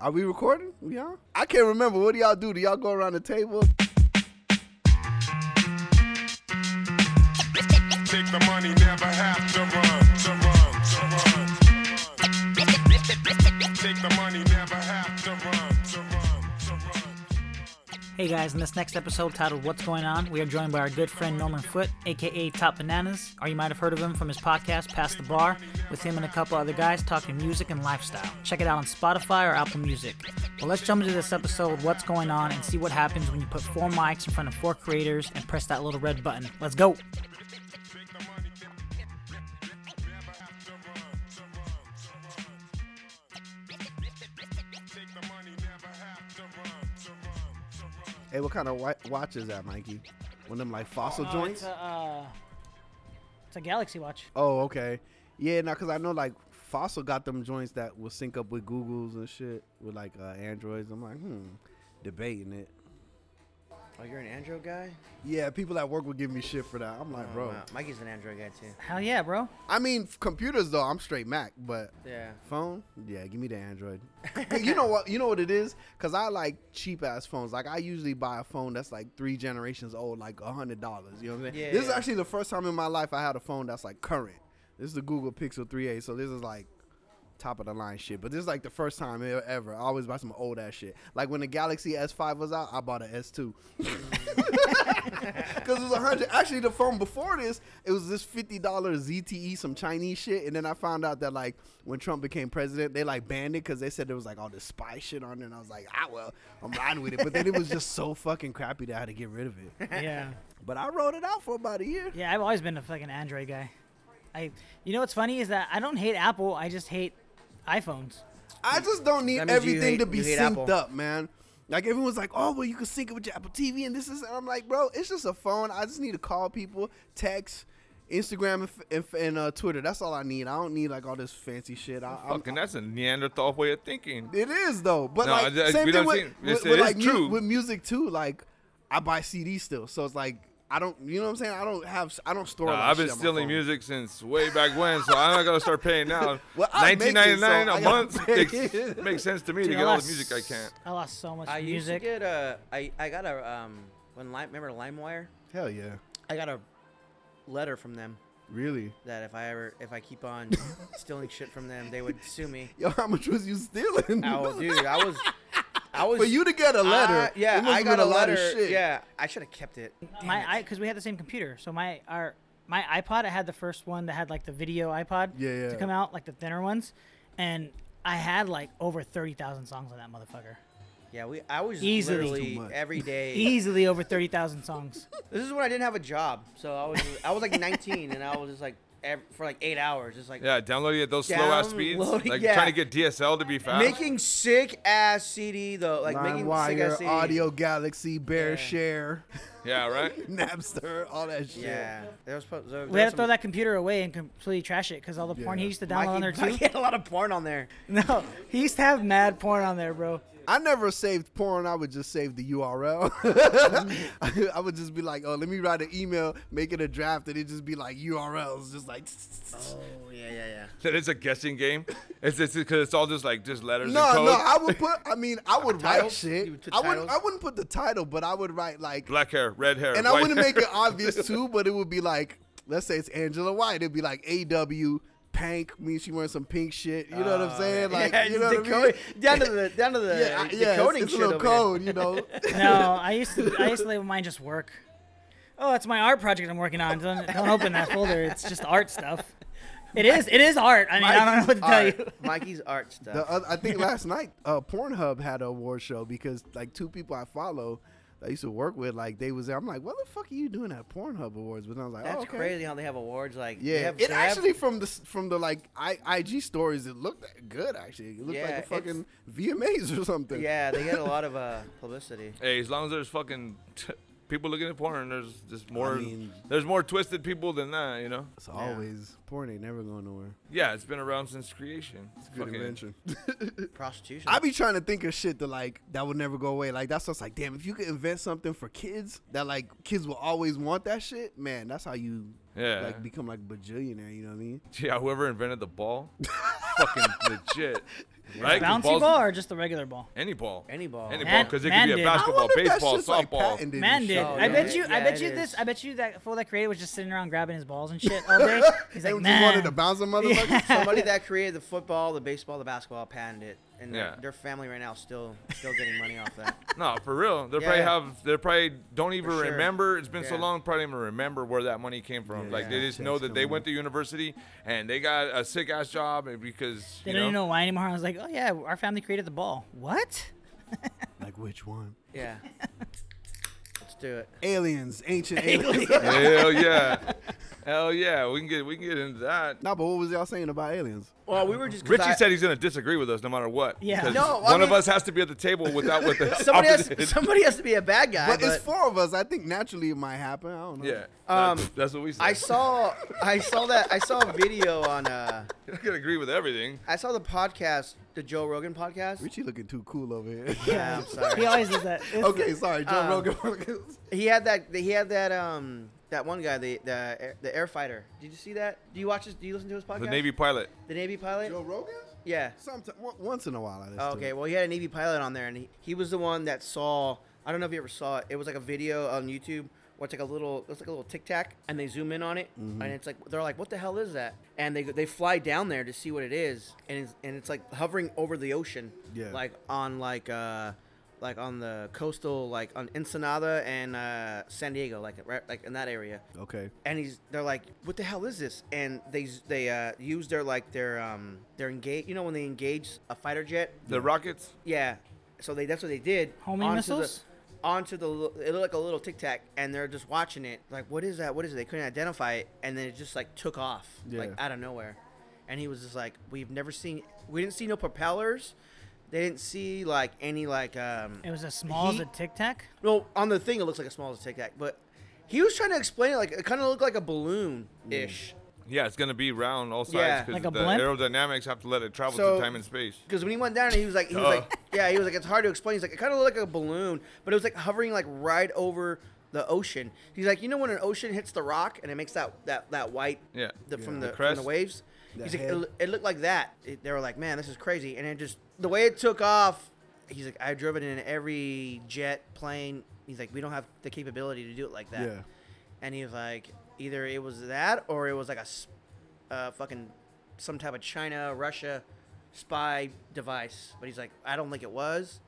Are we recording? We are? I can't remember. What do y'all do? Do y'all go around the table? Take the money, never have to run, to run, to run. Take the money, never have to run, to run, to run. Hey guys, in this next episode titled What's Going On, we are joined by our good friend Norman Foote, aka Top Bananas, or you might have heard of him from his podcast Past the Bar, with him and a couple other guys talking music and lifestyle. Check it out on Spotify or Apple Music. Well, let's jump into this episode, What's Going On, and see what happens when you put four mics in front of four creators and press that little red button. Let's go! Hey, what kind of wa- watch is that, Mikey? One of them like fossil Oh, joints? uh, uh, it's a Galaxy Watch. oh, okay. Yeah, now because I know like fossil got them joints that will sync up with Google's and shit with like uh, Androids. I'm like, hmm, debating it. Oh, you're an Android guy? Yeah, people at work would give me shit for that. I'm like, Oh, bro. wow. Mikey's an Android guy too. Hell yeah, bro. I mean, f- computers though, I'm straight Mac, but Yeah. phone, yeah, give me the Android. Hey, you know what? You know what it is? Cause I like cheap ass phones. Like I usually buy a phone that's like three generations old, like a hundred dollars. You know what I'm saying? Yeah, this is yeah. actually the first time in my life I had a phone that's like current. This is the Google Pixel 3a, so this is like top of the line shit. But this is like the first time e- ever. I always buy some old ass shit. Like when the Galaxy S5 was out, I bought a S2. Cause it was a hundred. Actually, the phone before this, it was this fifty dollar ZTE, some Chinese shit, and then I found out that like when Trump became president, they like banned it because they said there was like all this spy shit on it, and I was like, ah well, I'm riding with it. But then it was just so fucking crappy that I had to get rid of it. Yeah. But I rode it out for about a year. Yeah, I've always been a fucking Android guy. I, you know what's funny is that I don't hate Apple. I just hate iPhones. I just don't need That means you everything hate- to be you hate synced Apple. up, man. Like everyone's like, oh well, you can sync it with your Apple TV and this is. And I'm like, bro, it's just a phone. I just need to call people, text, Instagram, and, f- and, f- and uh, Twitter. That's all I need. I don't need like all this fancy shit. I, I'm- Fucking, that's a Neanderthal way of thinking. It is though, but No, like I- I- same thing we don't with, see- with, it's- with, it is like mu- true. with music too. Like I buy CDs still, so it's like I don't, you know what I'm saying? I don't have, I don't store. Nah, a lot of I've been shit on my stealing phone. music since way back when, so I'm not gonna start paying now. Well, I make it, so Nineteen ninety nine I a gotta month pay makes, it. makes sense to me Dude, to get all the lost- music I can. I lost so much I used to music. get a. I, I got a. Um, when Lime, remember LimeWire? Hell yeah, I got a letter from them really? that if I ever. If I keep on stealing shit from them, they would sue me. Yo, how much was you stealing? Oh, dude, I was. I was. For you to get a letter, I- yeah, it must I have got been a lot letter. of shit. Yeah, I should have kept it. my i because we had the same computer so my our my ipod i had the first one that had like the video ipod Yeah, yeah. to come out like the thinner ones and i had like over 30000 songs on that motherfucker Yeah, we. I was Easily. Too literally much. every day. easily over 30000 songs This is when I didn't have a job, so I was. I was like 19, and I was just like ev- for like eight hours, just like Yeah, downloading at those slow ass speeds, Downloading- like yeah. trying to get DSL to be fast. making sick ass CD though, like making sick ass LimeWire, CD. Audio Galaxy, Bear Yeah. Share, yeah, right. Napster, all that shit. Yeah, there was. po- There, we had to throw that computer away and completely trash it because all the porn he Yeah. used to download on there too a lot of porn on there. no he used to have mad porn on there bro I never saved porn. I would just save the URL. I, I would just be like, oh, let me write an email, make it a draft, and it just be like URLs, just like. Oh yeah, yeah, yeah. That it's a guessing game. It's it's because it's all just like just letters No, and code. no, I would put. I mean, I would write Titles? shit. You would put I wouldn't. titles? I wouldn't put the title, but I would write like, Black hair, red hair, and I white wouldn't hair. make it obvious too. But it would be like, let's say it's Angela White. It'd be like A W. Pank means she wearing some pink shit. You know what I'm saying? Like, Ah, yeah, you know what I mean? decode- Down to the down to the Yeah, I- the yeah, coding it's, it's a shit little over code, there. you know. no i used to i used to label mine just work oh that's my art project i'm working on don't, don't open that folder it's just art stuff it is it is art i mean i don't know what to tell you Art. Mikey's art stuff. The uh, oth- I think last night, uh, Pornhub had an award show because like two people I follow that I used to work with, like they was there. I'm like, what the fuck are you doing at Pornhub awards? But I was like, That's oh, okay. crazy how they have awards like they Yeah, have- it they have- actually from the s- from the like I, IG stories, it looked good actually. It looked Yeah, like a it's- fucking VMAs or something. yeah, they get a lot of uh, publicity. Hey, as long as there's fucking t- people looking at porn, there's just more. mean- there's more twisted people than that, you know. it's always porn ain't never going nowhere. Yeah, it's been around since creation. It's Good invention. Prostitution. I be trying to think of shit that like that would never go away. Like that's what's like, damn, if you could invent something for kids that like kids will always want that shit, man, that's how you Yeah. like become like bajillionaire, you know what I mean? Yeah, whoever invented the ball, fucking legit. Right? 'Cause Bouncy balls- ball or just the regular ball? Any ball. Any ball. Any ball. Man- Because it man could be did. a I I basketball, wonder if that's baseball, just, like, softball. patented and Man shit. did. Oh, I yeah. bet you. I Yeah, bet it you this. is. I bet you that fool that created was just sitting around grabbing his balls and shit all day. He's They like, just man. wanted to bounce a motherfucker. Somebody that created the football, the baseball, the basketball patented it, and Yeah. their, their family right now is still still getting money off that. No, for real. They Yeah, probably yeah. have. They probably don't even sure. remember. It's been so Yeah. long. Probably don't even remember where that money came from. Yeah, like they yeah. just know that they Checks went to university and they got a sick ass job eh, because They you don't know, even know why anymore. I was like, oh yeah, our family created the ball. What? like which one? Yeah. Let's do it. Aliens, ancient aliens. Hell yeah. Hell yeah. We can get we can get into that. nah, but what was y'all saying about aliens? Well, we were just. 'cause Richie I- said he's gonna disagree with us no matter what. Yeah. 'cause No, I one of mean- us has to be at the table without with the somebody has opposite- somebody has to be a bad guy. But, But it's four of us. I think naturally it might happen. I don't know. Yeah. Um, that's, that's what we said. I saw I saw that I saw a video on uh You're not gonna agree with everything. I saw the podcast, the Joe Rogan podcast. Richie looking too cool over here. Yeah, I'm He sorry. always does that. It's- okay, sorry, Joe Um, Rogan. He had that he had that um that one guy the the air- the air fighter. Did you see that? Do you watch his? Do you listen to his podcast? The Navy pilot. The Navy pilot. Joe Rogan? Yeah. Sometimes, once in a while, I listen Oh, to okay. it. Well, he had a Navy pilot on there, and he, he was the one that saw. I don't know if you ever saw it. It was like a video on YouTube where it's like a little, it's like a little tic tac, and they zoom in on it, and it's like they're like, "What the hell is that?" And they they fly down there to see what it is, and it's, and it's like hovering over the ocean, Yeah. like on like uh like on the coastal, like on Ensenada and uh, San Diego, like right like in that area Okay. and he's they're like what the hell is this and they they uh, use their like their um their engage you know when they engage a fighter jet The rockets. yeah so they that's what they did Homing onto missiles? the, onto the li- it looked like a little tic tac and they're just watching it like what is that what is it they couldn't identify it and then it just like took off Yeah. like out of nowhere and he was just like we've never seen we didn't see no propellers they didn't see like any like um It was as small He- as a tic tac. well, on the thing, it looks like a small as a Tic Tac, but he was trying to explain it like it kind of looked like a balloon ish. Yeah, it's gonna be round all Yeah. sides because Like a the blimp? aerodynamics have to let it travel So- through time and space. Because when he went down, he was like, he was Duh. like, yeah, he was like, it's hard to explain. He's like, it kind of looked like a balloon, but it was like hovering like right over the ocean. He's like, you know when an ocean hits the rock and it makes that that that white Yeah. the, from The the, from crest? the waves. The He's like, head? it, loo- it looked like that. It- they were like, man, this is crazy, and it just the way it took off. He's like, I've driven in every jet plane. He's like, we don't have the capability to do it like that. Yeah. and he was like, either it was that or it was like a s- uh, fucking some type of China Russia spy device. But he's like, I don't think it was.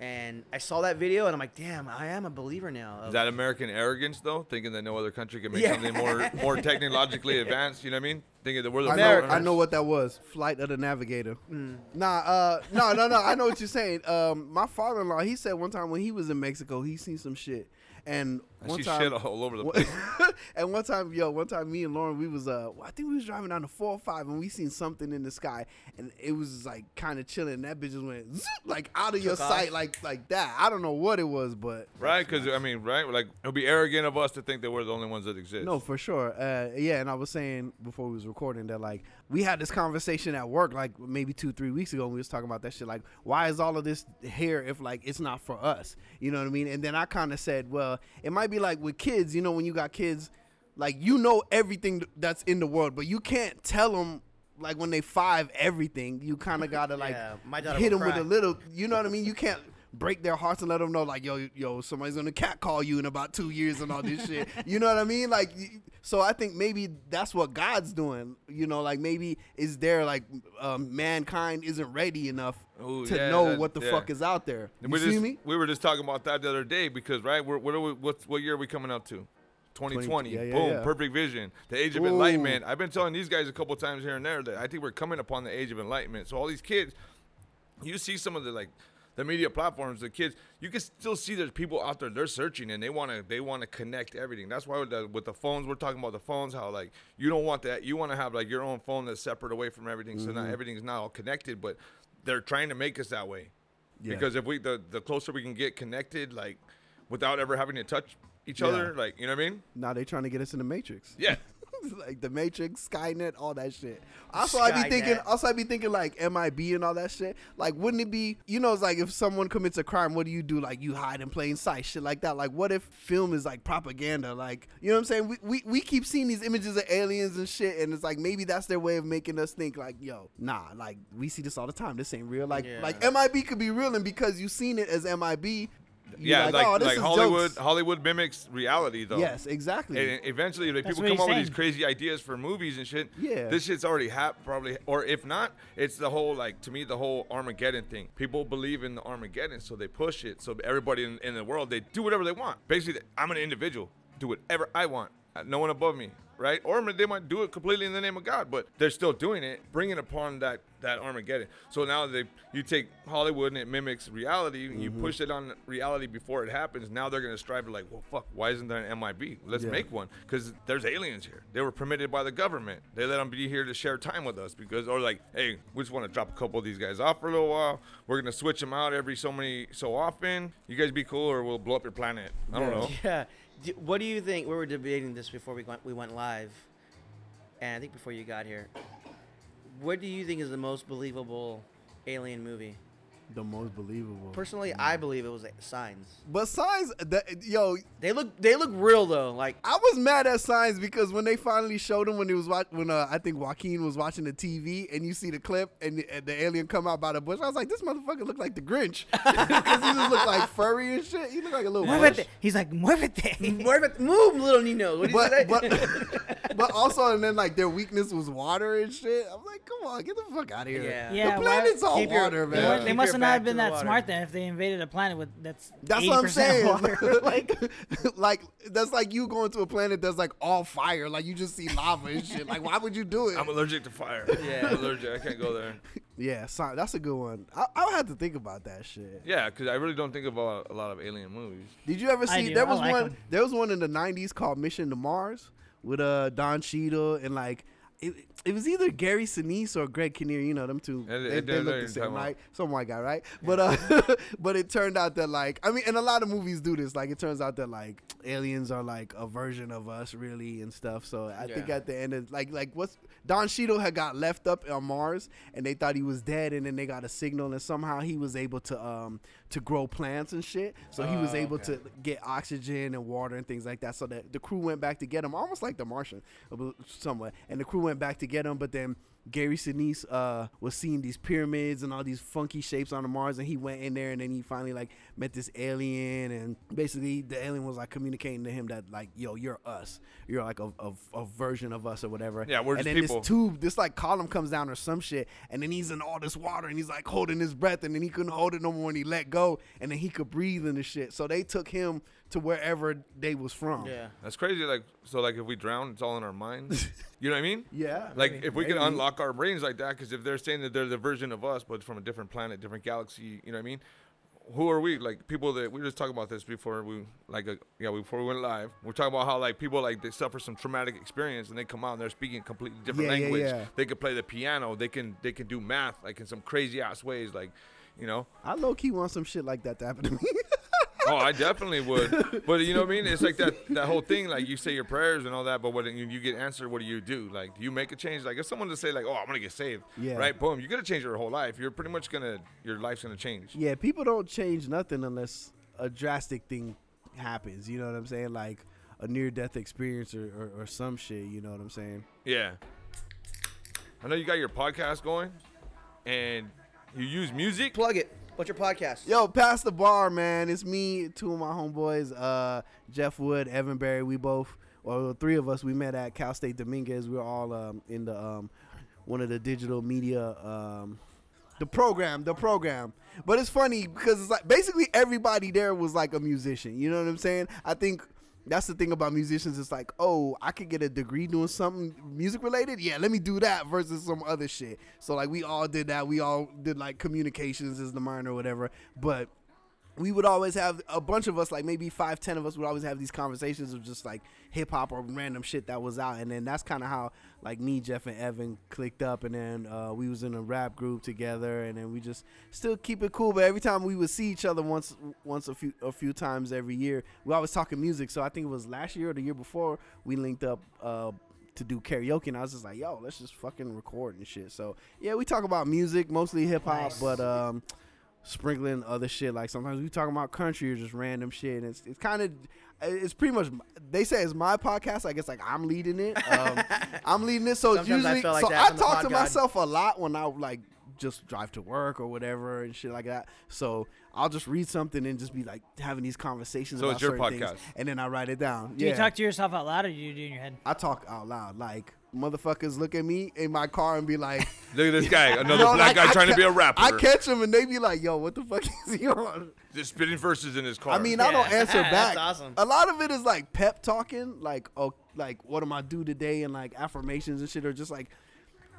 And I saw that video and I'm like, damn, I am a believer now. Is Of, that American arrogance though? Thinking that no other country can make Yeah. something more more technologically advanced. You know what I mean? Thinking that we're the I know, front I know runners. what that was. Flight of the Navigator. Mm. Nah, uh, no, no, no. I know what you're saying. Um, my father-in-law, he said one time when he was in Mexico, he seen some shit, and I one see time, shit all over the One- place. and one time, yo, one time, me and Lauren, we was uh, I think we was driving down the four or five, and we seen something in the sky, and it was like kind of chilling. And that bitch just went zoop, like out of your Took off. sight, like like that. I don't know what it was, but Right? Because I mean, right? Like it would be arrogant of us to think that we're the only ones that exist. No, for sure. Uh, yeah, and I was saying before we was recording that like we had this conversation at work like maybe two, three weeks ago, and we was talking about that shit. Like, why is all of this here if like it's not for us? You know what I mean? And then I kind of said, well, it might be like with kids. You know, when you got kids, like you know everything th- that's in the world, but you can't tell them. Like when they five everything, you kind of gotta like Yeah, my daughter hit will them with cry. a little. You know what I mean? You can't break their hearts and let them know like yo yo somebody's gonna cat call you in about two years and all this shit you know what i mean like y- so i think maybe that's what god's doing you know like maybe is there like um, mankind isn't ready enough Ooh, to yeah, know that- what the yeah. fuck is out there you And we see just, me We were just talking about that the other day because right, we're, what are we, what what year are we coming up to? 2020. yeah, yeah, Boom. yeah. Perfect vision. The age of Ooh. enlightenment. I've been telling these guys a couple times here and there that I think we're coming upon the age of enlightenment. So all these kids, you see some of the like the media platforms, the kids, you can still see there's people out there. They're searching and they want to they want to connect everything. That's why with the, with the phones, we're talking about the phones. How like you don't want that. You want to have like your own phone that's separate away from everything, so Mm-hmm. not everything's not all connected. But they're trying to make us that way. Yeah. Because if we the, the closer we can get connected, like without ever having to touch each Yeah. other, like you know what I mean? now they trying to get us in the matrix Yeah. like the Matrix, Skynet, all that shit. Also, I be thinking. Skynet. Also, I be thinking like MIB and all that shit. Like, wouldn't it be? You know, it's like if someone commits a crime, what do you do? Like, you hide in plain sight, shit like that. Like, what if film is like propaganda? Like, you know what I'm saying? We we, we keep seeing these images of aliens and shit, and it's like maybe that's their way of making us think like, yo, nah, like we see this all the time. This ain't real. Like Yeah. like MIB could be real, and because you seen it as MIB, you yeah, like like, oh, this is Hollywood. jokes. Hollywood mimics reality, though. Yes, exactly. And eventually, like That's people what come he's up with these saying. crazy ideas for movies and shit. Yeah. this shit's already happened, probably. Or if not, it's the whole like to me the whole Armageddon thing. People believe in the Armageddon, so they push it. So everybody in, in the world they do whatever they want. Basically, I'm an individual, do whatever I want. Uh, No one above me, right? Or they might do it completely in the name of God, but they're still doing it, bringing upon that that Armageddon. So now they you take Hollywood and it mimics reality. and Mm-hmm. You push it on reality before it happens. Now they're gonna strive to like, well, fuck, why isn't there an MIB? Let's Yeah. make one because there's aliens here. They were permitted by the government. They let them be here to share time with us because, or like, hey, we just want to drop a couple of these guys off for a little while. We're gonna switch them out every so many so often. You guys be cool, or we'll blow up your planet. I don't know. Yeah. D- What do you think? We were debating this before we went, we went live, and I think before you got here. What do you think is the most believable alien movie? the most believable. Personally, I believe it was like, Signs. But signs, the, yo, They look they look real though. Like I was mad at signs because when they finally showed him when he was watch, when uh, I think Joaquin was watching the TV and you see the clip and the, and the alien come out by the bush, I was like, this motherfucker looked like the Grinch because he just looked like furry and shit. He looked like a little. bush. He's like, muévete. Muévete- move, little Nino. What do you say? But but but also and then like their weakness was water and shit. I'm like, come on, get the fuck out of here. Yeah. Yeah, the why- planet's all Keep your- water, They man. weren't- They Keep must have your not back been to the that water. smart then if they invaded a planet with that's That's 80% what I'm saying. water. like, like that's like you going to a planet that's like all fire. Like you just see lava and shit. Like, why would you do it? I'm allergic to fire. Yeah. I'm allergic. I can't go there. yeah, so, that's a good one. I, I'll have to think about that shit. Yeah, because I really don't think about a lot of alien movies. Did you ever I see? do. There I was like one. 'em. There was one in the '90s called Mission to Mars with uh Don Cheadle and like. It, it was either Gary Sinise or Greg Kinnear, you know them two. Yeah, They, they they- they- look they- the same, they- right? Some white guy, right? But uh, but it turned out that like I mean, and a lot of movies do this. Like it turns out that like aliens are like a version of us, really, and stuff. So I think Yeah. at the end of like like what's Don Cheadle had got left up on Mars, and they thought he was dead, and then they got a signal, and somehow he was able to um to grow plants and shit. So he was Oh, able okay. to get oxygen and water and things like that. So that the crew went back to get him, almost like the Martian, uh, somewhat. And the crew went back to get him, but then Gary Sinise uh, was seeing these pyramids and all these funky shapes on the Mars, and he went in there, and then he finally like met this alien, and basically the alien was like communicating to him that like, yo, you're us, you're like a, a, a version of us or whatever. Yeah, we're and just then people. This tube, this like column comes down or some shit, and then he's in all this water, and he's like holding his breath, and then he couldn't hold it no more, and he let go, and then he could breathe and the shit. So they took him to wherever they was from. yeah. That's crazy. Like, so like if we drown, it's all in our minds. you know what I mean? Yeah, Like maybe. if we could Maybe. unlock our brains like that, because if they're saying that they're the version of us, but from a different planet, different galaxy, you know what I mean? Who are we? Like people that we were just talking about this before we like uh, yeah before we went live. We're talking about how like people like they suffer some traumatic experience and they come out and they're speaking a completely different Yeah, yeah, language. yeah. They could play the piano. They can they can do math like in some crazy ass ways. Like, you know. I low key want some shit like that to happen to me. Oh, I definitely would. But you know what I mean? It's like that that whole thing. Like you say your prayers and all that, but when you you get answered, what do you do? Like, do you make a change? Like if someone just say like, "Oh, I'm gonna get saved," Yeah. right? Boom, you're gonna change your whole life. You're pretty much gonna your life's gonna change. yeah, people don't change nothing unless a drastic thing happens. You know what I'm saying? Like a near death experience or, or, or some shit. You know what I'm saying? Yeah. I know you got your podcast going, and you use music. Plug it. What's your podcast? Yo, pass the bar, man. It's me, two of my homeboys, uh, Jeff Wood, Evan Berry. We both, well, the three of us, we met at Cal State Dominguez. We were all um, in the um, one of the digital media, um, the program, the program. But it's funny because it's like basically everybody there was like a musician. You know what I'm saying? I think. That's the thing about musicians. It's like, oh, I could get a degree doing something music related. Yeah, let me do that versus some other shit. So like, we all did that. We all did like communications as the minor or whatever. But we would always have a bunch of us, like maybe five, ten of us, would always have these conversations of just like hip hop or random shit that was out, and then that's kind of how like me, Jeff, and Evan clicked up, and then uh, we was in a rap group together, and then we just still keep it cool. But every time we would see each other once, once a few, a few times every year, we always talking music. So I think it was last year or the year before we linked up. Uh, to do karaoke, and I was just like, yo, let's just fucking record and shit. So yeah, we talk about music, mostly hip hop, but um, sprinkling other shit. Like sometimes we talking about country or just random shit. And it's it's kind of it's pretty much they say it's my podcast. I guess like I'm leading it. Um, I'm leading it. So it's Sometimes I usually feel like so that I on the talk to podcast. myself a lot when I like just drive to work or whatever and shit like that. So I'll just read something and just be like having these conversations. So about it's your certain things, podcast. and then I write it down. Do yeah. you talk to yourself out loud or do you do it in your head? I talk out loud. Like motherfuckers look at me in my car and be like, Look at this guy, another No, like, black guy I trying to ca- be a rapper. I catch them and they be like, "Yo, what the fuck is he on?" Just spitting verses in his car. I mean, I don't Yeah. answer back. That's awesome. A lot of it is like pep talking, like oh, like what am I do today, and like affirmations and shit, or just like.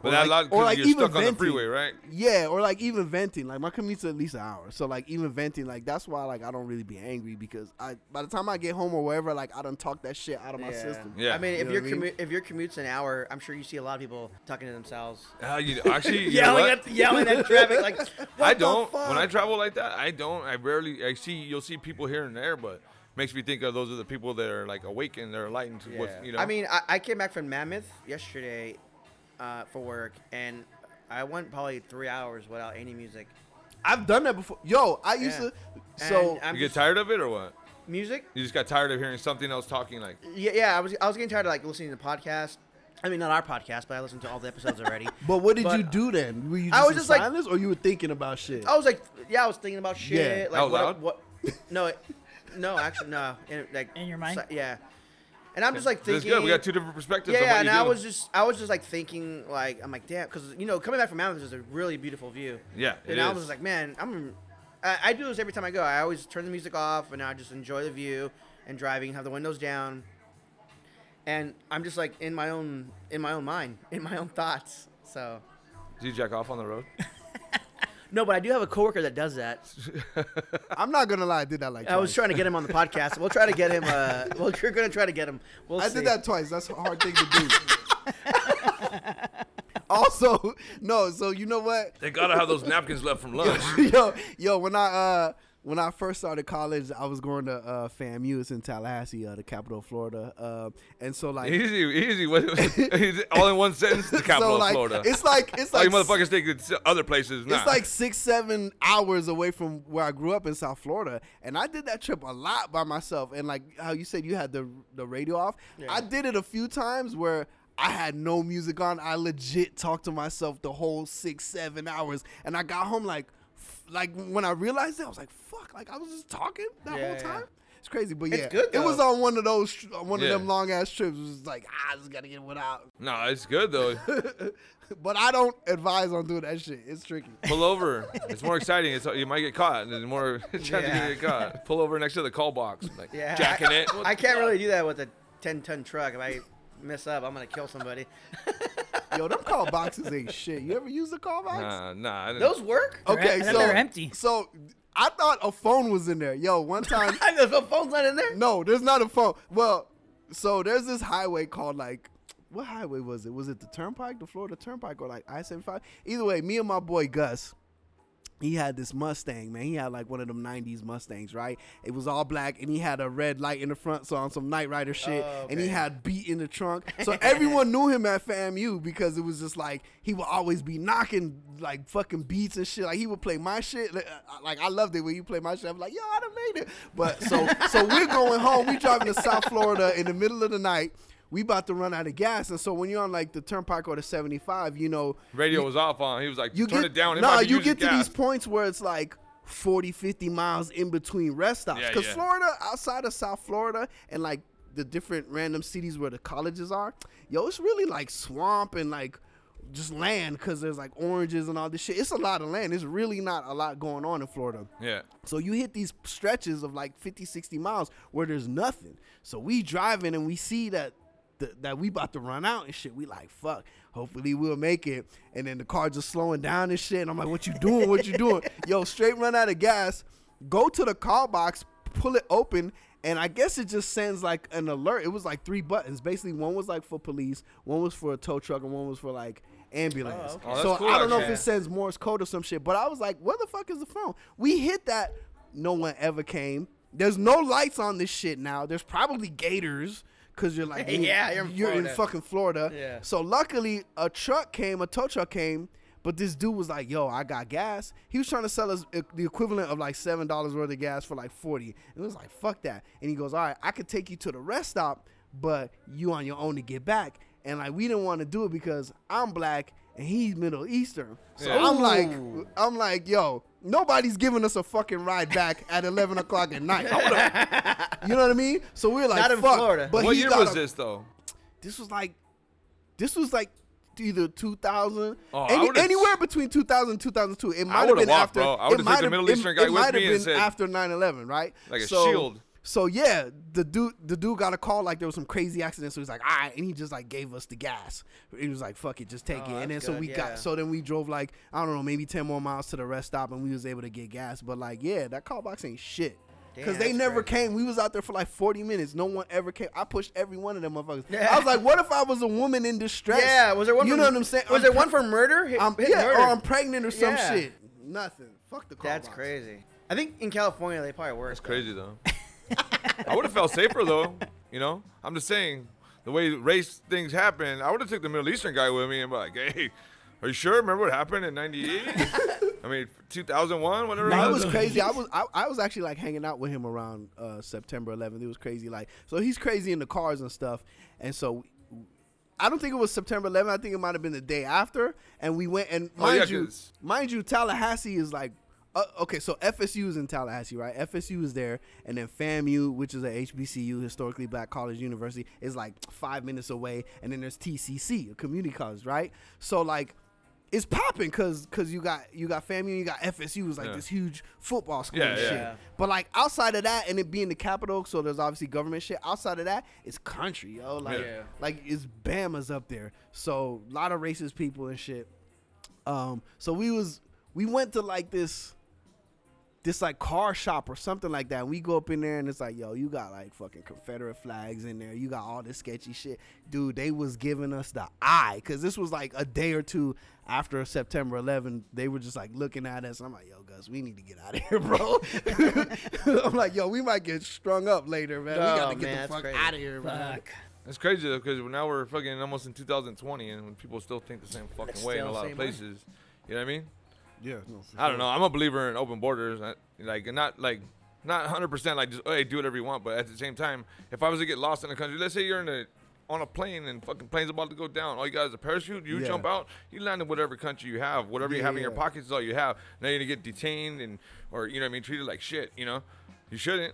but or that like- lot, or because like you're even stuck on the venting. freeway, right? Yeah, or like even venting. Like my commute's at least an hour, so like even venting, like that's why like I don't really be angry because I by the time I get home or wherever, like I done talk that shit out of my system. Yeah. I mean, You if know your what I mean? commu- if your commute's an hour, I'm sure you see a lot of people talking to themselves, Ah, you- actually, you know yelling what? at yelling at traffic. Like, I what the don't. fuck? When I travel like that, I don't. I rarely. I see. You'll see people here and there, but makes me think of those are the people that are like awake and they're enlightened to what's Yeah. you know. I mean, I, I came back from Mammoth yesterday uh, for work, and I went probably three hours without any music. I've done that before. Yo, I used Yeah. to. So And I'm you get just- tired of it or what? music. You just got tired of hearing something else talking like. Yeah, yeah. I was I was getting tired of like listening to podcasts. I mean, not our podcast, but I listened to all the episodes already. But what did But you do then? Were you just, I was in just like- Oh. silence, or you were thinking about shit? I was like, yeah, I was thinking about shit. Yeah. Like, Out what, loud? what? No, it- no, actually, no. In, like In your mind? so- yeah. And I'm just like That's thinking. good. We got two different perspectives. Yeah, of what yeah. And you I do. was just, I was just like thinking, like, I'm like, damn, because you know, coming back from mountains is a really beautiful view. Yeah, it And I is. was like, man, I'm. I, I do this every time I go. I always turn the music off and I just enjoy the view and driving, have the windows down, and I'm just like in my own, in my own mind, in my own thoughts. So. Do you jack off on the road? No, but I do have a coworker that does that. I'm not gonna lie, I did that like. I was twice. trying to get him on the podcast. We'll try to get him. Uh, well, we're gonna try to get him. We'll I see. did that twice. That's a hard thing to do. also, no. So you know what? They gotta have those napkins left from lunch. yo, yo, when I uh when I first started college, I was going to uh FAMU. It's in Tallahassee, uh, the capital of Florida. Um, and so like, easy, easy. what- All in one sentence. The capital so of like, Florida. it's like it's All like you motherfuckers think it's other places. Nah. It's like six, seven hours away from where I grew up in South Florida, and I did that trip a lot by myself. And like how you said, you had the the radio off. I did it a few times where I had no music on. I legit talked to myself the whole six, seven hours, and I got home like, f- like when I realized it, I was like, fuck, like I was just talking that Yeah, whole yeah. time. It's crazy, but yeah, It's good, it was though. on one of those, tr- on one Yeah. of them long ass trips. It was like, ah, I just gotta get one out. nah, it's good though. But I don't advise on doing that shit. It's tricky. Pull over. It's more exciting. It's you might get caught. There's more chance Yeah. you get caught. Pull over next to the call box. Like Yeah, jacking I, it. I can't really do that with a ten-ton truck. If I mess up, I'm gonna kill somebody. Yo, them call boxes ain't shit. You ever use a call box? Nah, nah. I didn't- Those Oh, work. Okay, I so thought they were empty. So I thought a phone was in there. Yo, one time, I know the phone's not in there. no, there's not a phone. Well, so there's this highway called like, what highway was it? Was it the Turnpike, the Florida Turnpike, or like I-75? Either way, me and my boy Gus. He had this Mustang, man. He had like one of them '90s Mustangs, right? It was all black, and he had a red light in the front, so on some Night Rider shit. Oh, And he okay. had had beat in the trunk. So everyone knew him at FAMU because it was just like he would always be knocking like fucking beats and shit. Like he would play my shit. Like, I- Like I loved it when you play my shit. I'm like, yo, I done made it. But so so we're going home. We driving to South Florida in the middle of the night. We about to run out of gas. And so when you're on like the turnpike or the 75, you know radio was off on. He was like, you turn get it down. It nah, might be you using get to gas. these points where it's like 40, 50 miles in between rest stops. Yeah, Because yeah. Florida, outside of South Florida, and like the different random cities where the colleges are, yo, it's really like swamp and like just land because there's like oranges and all this shit. It's a lot of land. There's really not a lot going on in Florida. Yeah. So you hit these stretches of like 50, 60 miles where there's nothing. So we driving and we see that th- that we about to run out and shit. We like, fuck, hopefully we'll make it. And then the car just slowing down and shit. And I'm like, what you doing? What you doing? Yo, straight run out of gas. Go to the call box, pull it open, and I guess it just sends like an alert. It was like three buttons. Basically, one was like for police, one was for a tow truck, and one was for like ambulance. Oh, that's so cool, I don't know if actually. it sends Morse code or some shit. But I was like, where the fuck is the phone? We hit that. No one ever came. There's no lights on this shit now. There's probably gators because you're like, Yeah, you're in Florida. in fucking Florida. Yeah. So luckily, a truck came, a tow truck came, but this dude was like, "Yo, I got gas." He was trying to sell us e- the equivalent of like seven dollars worth of gas for like forty. And it was like, "Fuck that!" And he goes, "All right, I could take you to the rest stop, but you on your own to get back." And like, we didn't want to do it because I'm black and he's Middle Eastern. So Yeah. I'm like, I'm like, yo, nobody's giving us a fucking ride back at 11 o'clock at night. you know what I mean? So we're like, Not in fuck. Florida. But what he year got was a- this though? This was like, this was like either 2000, Oh, I any- would've- anywhere between 2000 and 2002. It might have would've been walked, after. bro. I it would've took might the have- Middle Eastern it- guy It with might have me and been said- after 9/11, right? Like a so, shield. So yeah, the dude, the dude got a call like there was some crazy accident. So he's like, all right, and he just like gave us the gas. He was like, fuck it, just take Oh, it. And then that's so good, we yeah. got, so then we drove like I don't know, maybe ten more miles to the rest stop, and we was able to get gas. But like, yeah, that call box ain't shit. Cause Damn, they that's never crazy. came. We was out there for like forty minutes. No one ever came. I pushed every one of them motherfuckers. I was like, what if I was a woman in distress? Yeah, was there one? You for, know what I'm saying? Was I'm there pre- one for murder? Hit- I'm, hit yeah, murder. or I'm pregnant or some Yeah. shit. Nothing. Fuck the call That's box. crazy. I think in California they probably work. That's crazy though. I would have felt safer though. You know, I'm just saying the way race things happen. I would have took the Middle Eastern guy with me and be like, hey. Are you sure? Remember what happened in '98? I mean, 2001, whatever. That it was crazy. I was I, I was actually like hanging out with him around uh, September 11th. It was crazy. Like so, he's crazy in the cars and stuff. And so, I don't think it was September 11th. I think it might have been the day after. And we went and Oh, yeah, mind you, 'cause- mind you, Tallahassee is like. Uh, okay, so FSU is in Tallahassee, right? FSU is there, and then FAMU, which is a HBCU, historically black college university, is like five minutes away, and then there's TCC, a community college, right? So like, it's popping because cause you got you got FAMU, you got FSU, is like Yeah. this huge football school Yeah, and yeah. shit. Yeah. But like outside of that, and it being the capital, so there's obviously government shit. Outside of that, it's country, yo. Like Yeah. like it's Bama's up there, so a lot of racist people and shit. Um, so we was we went to like this this like car shop or something like that. We go up in there and it's like, yo, you got like fucking Confederate flags in there. You got all this sketchy shit, dude. They was giving us the eye because this was like a day or two after September 11. They were just like looking at us, and I'm like, yo, Gus, we need to get out of here, bro. I'm like, yo, we might get strung up later, man. we Oh, got to man, get that's the fuck crazy. out of here, man. Fuck. It's crazy though, because now we're fucking almost in 2020, and when people still think the same fucking way in Still a lot of same way. places. You know what I mean? Yeah, I don't know. I'm a believer in open borders, I- like and not like not 100% like just hey do whatever you want, but at the same time, if I was to get lost in a country, let's say you're in a on a plane and fucking plane's about to go down, all you got is a parachute. You Yeah. jump out, you land in whatever country you have, whatever you Yeah, have in your yeah. pockets is all you have. Now you're gonna get detained and or you know what I mean treated like shit. You know, you shouldn't.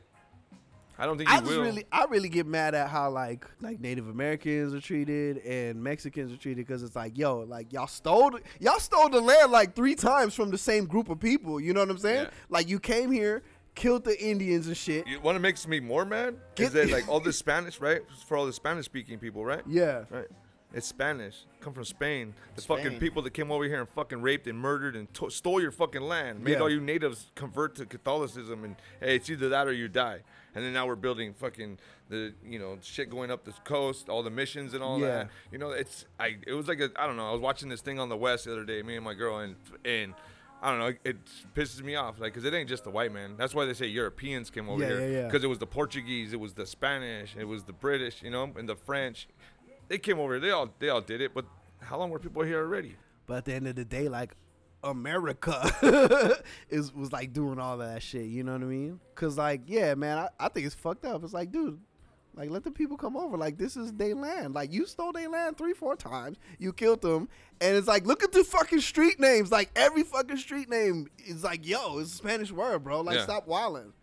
I don't think you I just will. really, I really get mad at how like like Native Americans are treated and Mexicans are treated because it's like, yo, like y'all stole, the- y'all stole the land like three times from the same group of people. You know what I'm saying? Yeah. Like you came here, killed the Indians and shit. You, what makes me more mad is Get- that like all the Spanish, right? For all the Spanish speaking people, right? Yeah. Right. It's Spanish. Come from Spain. The fucking Spain. people that came over here and fucking raped and murdered and to- stole your fucking land, made Yeah. all you natives convert to Catholicism, and hey, it's either that or you die. And then now we're building fucking the you know shit going up the coast, all the missions and all Yeah. that. You know, it's I. It was like a I don't know. I was watching this thing on the West the other day, me and my girl, and and. I don't know. It, it pisses me off, like, cause it ain't just the white man. That's why they say Europeans came over Yeah, here, yeah, yeah. cause it was the Portuguese, it was the Spanish, it was the British, you know, and the French. They came over. They all they all did it. But how long were people here already? But at the end of the day, like America is was like doing all of that shit. You know what I mean? Cause like, yeah, man, I, I think it's fucked up. It's like, dude. Like let the people come over. Like this is their land. Like you stole their land three, four times. You killed them, and it's like look at the fucking street names. Like every fucking street name is like yo, it's a Spanish word, bro. Like Yeah. stop wilding.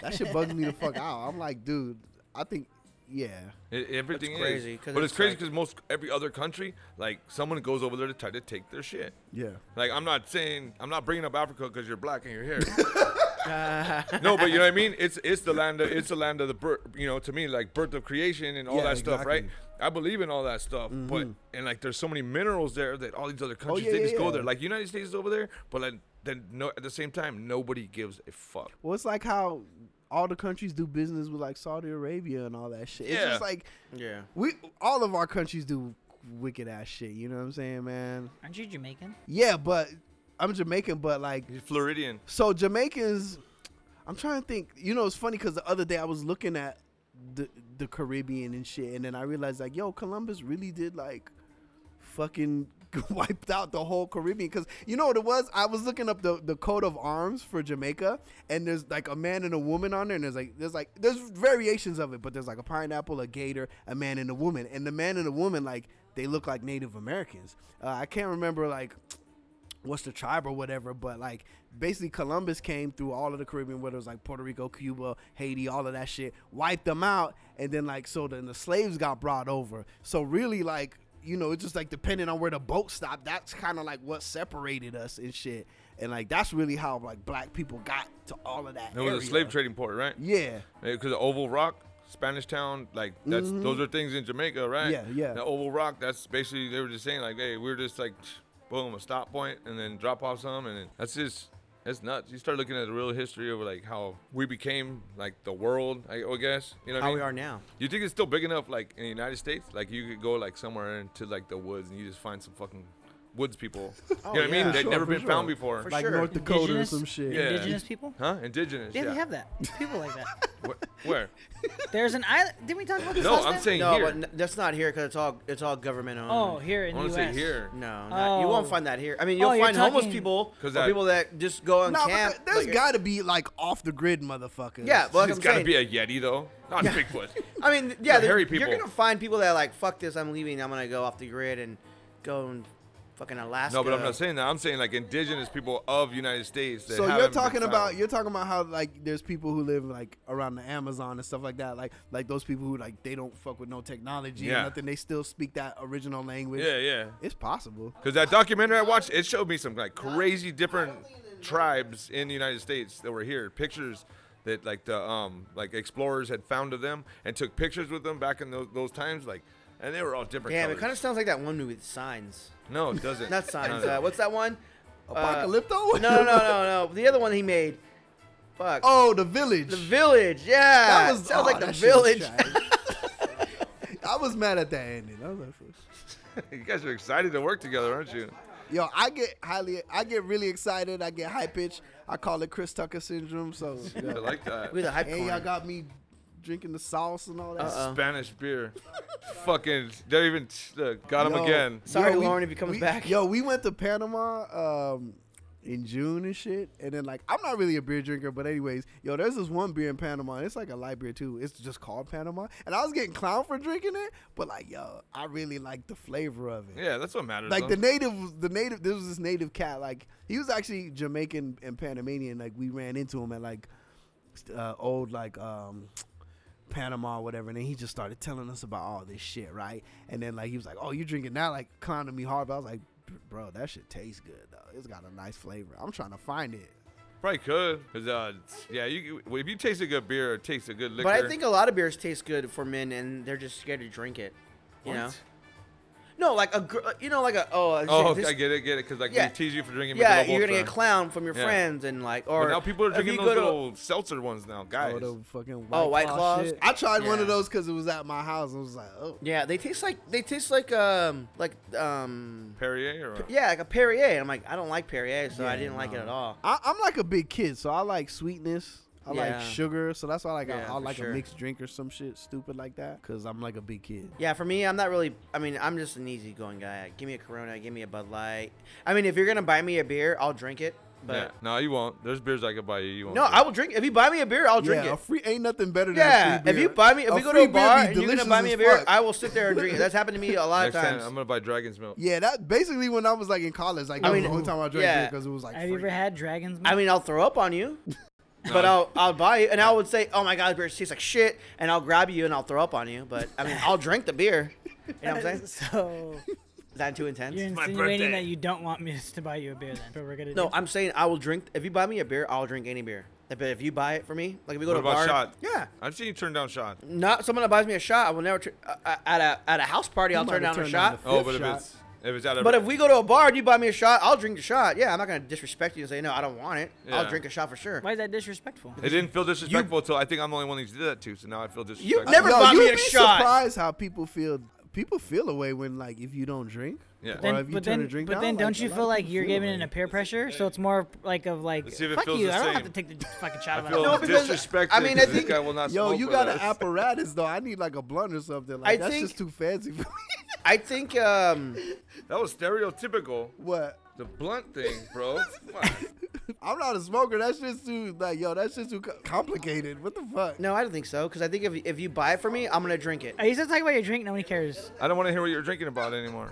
That shit bugs me the fuck out. I'm like, dude, I think, yeah, It, E, everything is crazy, 'cause But it's, it's crazy like- because most every other country, like someone goes over there to try to take their shit. yeah. Like I'm not saying I'm not bringing up Africa because you're black and you're here. no, but you know what I mean. It's it's the land of it's the land of the birth. You know, to me, like birth of creation and all Yeah, that stuff, right? exactly. Mm-hmm. I believe in all that stuff, but and like there's so many minerals there that all these other countries Oh, yeah, they yeah, just go yeah. there. Like United States is over there, but like then no at the same time nobody gives a fuck. Well, it's like how all the countries do business with like Saudi Arabia and all that shit. It's Yeah. just like Yeah. we all of our countries do wicked ass shit. You know what I'm saying, man? Aren't you Jamaican? Yeah, but I'm Jamaican, but like He's Floridian. so Jamaicans. I'm trying to think. You know, it's funny because the other day I was looking at the the Caribbean and shit, and then I realized like, yo, Columbus really did like fucking wiped out the whole Caribbean. Cause you know what it was? I was looking up the, the coat of arms for Jamaica, and there's like a man and a woman on there, and there's like there's like there's variations of it, but there's like a pineapple, a gator, a man and a woman, and the man and the woman like they look like Native Americans. Uh, I can't remember like what's the tribe or whatever, but like basically Columbus came through all of the Caribbean, whether it was like Puerto Rico, Cuba, Haiti, all of that shit, wiped them out, and then like so then the slaves got brought over. So really like you know, it's just like depending on where the boat stopped, that's kind of like what separated us and shit. And like that's really how like black people got to all of that. It was a area. slave trading port, right? Yeah. Because of Oval Rock, Spanish Town, like that's Mm-hmm. those are things in Jamaica, right? Yeah, yeah. The Oval Rock, that's basically they were just saying like, hey, we're just like, boom, a stop point, and then drop off some, and then that's just. That's nuts. You start looking at the real history of like how we became like the world, I, I guess. You know what I How mean? we are now. You think it's still big enough, like in the United States? Like you could go like somewhere into like the woods and you just find some fucking woods people. you know what I Oh, yeah. mean? For They've sure, never for been found sure. before. For Like sure. North Dakota or Indigenous- some shit. Yeah. Indigenous people? Huh? Indigenous. Yeah, Yeah, they have that. People like that. Wh- Where? There's an island. Didn't we talk about this No, last I'm time? saying No, here. but n- that's not here because it's all it's all government owned. Oh, here in I the want U.S. to say here. No, not, you won't Oh. find that here. I mean, Oh, you'll you're find homeless talking- people 'Cause or I- people that just go on No, but camp. th- there's like- got to be like off the grid motherfuckers. yeah, Uh, well, It's I'm got to saying- be a Yeti though, not Bigfoot. I mean, yeah, They're there- hairy people. you're gonna find people that are like, fuck this, I'm leaving, I'm gonna go off the grid and go and fucking Alaska. No, but I'm not saying that. I'm saying like indigenous people of United States. That So you're haven't been talking found. about you're talking about how like there's people who live like around the Amazon and stuff like that, like like those people who like they don't fuck with no technology Yeah. and nothing. They still speak that original language. Yeah, yeah. It's possible. Because that documentary I watched, it showed me some like crazy different tribes in the United States that were here. Pictures that like the um like explorers had found of them and took pictures with them back in those, those times. Like, and they were all different. Damn, it colors. kind of sounds like that one movie with signs. no, it doesn't. Not signs. No, no. Uh, what's that one? Uh, Apocalypto? no, no, no, no, no. The other one he made. Fuck. Oh, the village. The Village. Yeah. That was sounds oh, like The that shit was Village. trash. I was mad at that ending. I was like, "Fuck." you guys are excited to work together, aren't you? yo, I get highly, I get really excited. I get high pitched. I call it Chris Tucker syndrome. So, I yo. like that. With a hype and y'all corner. got me drinking the sauce and all that. Uh-uh. Spanish beer. Fucking, they even look, got him Yo, again. Sorry, yo, we- Lauren, if he comes we- back. Yo, we went to Panama um, in June and shit, and then like I'm not really a beer drinker, but anyways, yo, there's this one beer in Panama. And it's like a light beer too. It's just called Panama, and I was getting clowned for drinking it, but like yo, I really like the flavor of it. Yeah, that's what matters. Like though. the native, the native. There was this native cat. Like he was actually Jamaican and Panamanian. Like we ran into him at like uh, old like um Panama or whatever, and then he just started telling us about all this shit, right? And then like he was like, "Oh, you drinking that?" Like clowning me hard, but I was like, "Bro, that shit tastes good though. It's got a nice flavor. I'm trying to find it." Probably could, cause uh, yeah, you well, if you taste a good beer or taste a good liquor. But I think a lot of beers taste good for men, and they're just scared to drink it. You know. No, like a gr- you know, like a oh. I was oh, saying okay, this- I get it, get it, cause like Yeah. they tease you for drinking. Yeah, Michelob you're gonna get Ultra. clown from your Yeah. friends and like or But now people are if you drinking those go to- little seltzer ones now, guys. Oh, the fucking white Oh, White Claw shit. Claws? I tried one of Yeah. those because it was at my house. I was like, "Oh, Yeah, they taste like they taste like um like um Perrier or yeah like a Perrier. And I'm like I don't like Perrier, so I Yeah, didn't like it no. at all. I, I'm like a big kid, so I like sweetness." I Yeah. like sugar, so that's why like I, Yeah, I for like sure. a mixed drink or some shit stupid like that, cause I'm like a big kid. Yeah, for me, I'm not really. I mean, I'm just an easygoing guy. Give me a Corona, give me a Bud Light. I mean, if you're gonna buy me a beer, I'll drink it. Yeah. But No, you won't. There's beers I could buy you. You won't. no, drink. I will drink. If you buy me a beer, I'll drink yeah, it. a free ain't nothing better than yeah, a free if beer. you buy me, if A we go to free a beer be bar and you're gonna delicious buy as me a beer, fuck. I will sit there and drink it. That's happened to me a lot of Next time times. I'm gonna buy Dragon's Milk. Yeah, that basically when I was like in college, like that I was mean, the only time I drank yeah. beer because it was like. Have you free. ever had dragons? I milk? mean, I'll throw up on you, but I'll I'll buy it, and I would say, "Oh my God, beer tastes like shit," and I'll grab you and I'll throw up on you. But I mean, I'll drink the beer. You know what I'm saying? Is so that too intense? you're my insinuating birthday. that you don't want me to buy you a beer then. But we're gonna No, do- I'm saying I will drink. If you buy me a beer, I'll drink any beer. But if you buy it for me, like if we go What to a about bar, shot? yeah, I've seen you turn down shot. not someone that buys me a shot, I will never. Tr- uh, at a at a house party, I'll might turn have down a turned down shot. the Oh, Fifth but if shot. it's if it's out of But if we go to a bar and you buy me a shot, I'll drink the shot. Yeah, I'm not gonna disrespect you and say no, I don't want it. I'll Yeah. drink a shot for sure. Why is that disrespectful? it didn't feel disrespectul until I think I'm the only one who did that too. So now I feel disrespectful. never- Yo, bought me you'd a be shot. Surprised how people feel people feel away when like if you don't drink. Yeah. Or Then- if you but turn then, a drink but down, then like, don't a you lot feel of like people you're feel giving away. in a peer pressure? So it's more like of like, Let's see if it fuck feels you. the I don't have to same. take the fucking shot I of my feel No, because- disrespected. I mean, I 'cause this think- guy will not Yo, smoke you with got an us. apparatus though. I need like a blunt or something. Like I that's think- just too fancy for me. I think um, That was stereotypical. what? The blunt thing, bro. Come on. I'm not a smoker. That's just too like yo. That's just too co- complicated. What the fuck? no, I don't think so. Because I think if, if you buy it for me, I'm gonna drink it. Are you still talking about your drink? Nobody cares. I don't want to hear what you're drinking about anymore.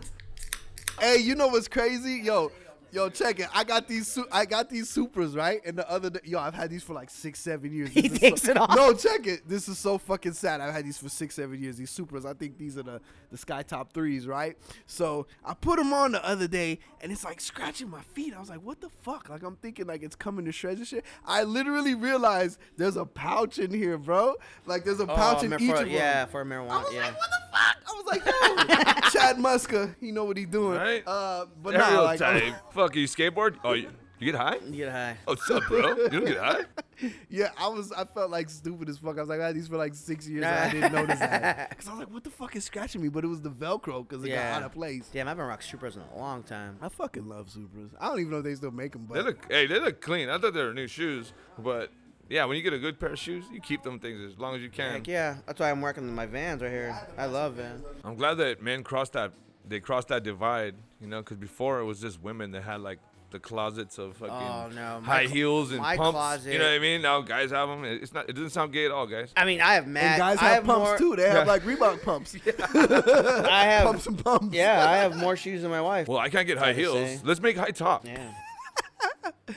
Hey, you know what's crazy? Yo, yo, check it. I got these. Su- I got these supers right. And the other day, yo, I've had these for like six, seven years. He This is takes so- it off. No, check it. This is so fucking sad. I've had these for six, seven years. These supers. I think these are the the Sky Top threes, right? So I put them on the other day, and it's like scratching my feet. I was like, what the fuck? Like I'm thinking like it's coming to shreds and shit. I literally realized there's a pouch in here, bro. Like there's a pouch I in meant each for, one. yeah, for I marijuana. was Yeah. like, what the fuck? I was like, yo, Chad Muska, he know what he doing. Right? Uh, but nah, like, Stereotype. Fuck you, skateboard. Oh, you, you get high? You get high. Oh, what's up, bro? You don't get high? yeah, I was, I felt like stupid as fuck. I was like, I had these for like six years. and I didn't notice that because I was like, what the fuck is scratching me? But it was the Velcro because it Yeah. got out of place. Damn, I haven't rocked Supras in a long time. I fucking love Supras. I don't even know if they still make them, They but look, hey, they look clean. I thought they were new shoes, but yeah, when you get a good pair of shoes, you keep them things as long as you can. Heck yeah, that's why I'm working my vans right here. I love vans. I'm glad that men crossed that they crossed that divide, you know, because before it was just women that had like the closets of fucking Oh, no. My high cl- heels and my pumps. You closet- know what I mean? Now guys have them. It's not. It doesn't sound gay at all, guys. I mean, I have and mad. guys I have, have pumps more, too. They have like Reebok pumps, I have pumps and pumps. Yeah, I have more shoes than my wife. Well, I can't get high Gotta heels. say. Let's make high top. Yeah.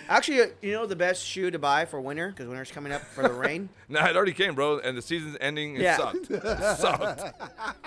Actually, uh, you know the best shoe to buy for winter because winter's coming up for the rain. Nah, it already came, bro, and the season's ending. It Yeah. sucked. It sucked.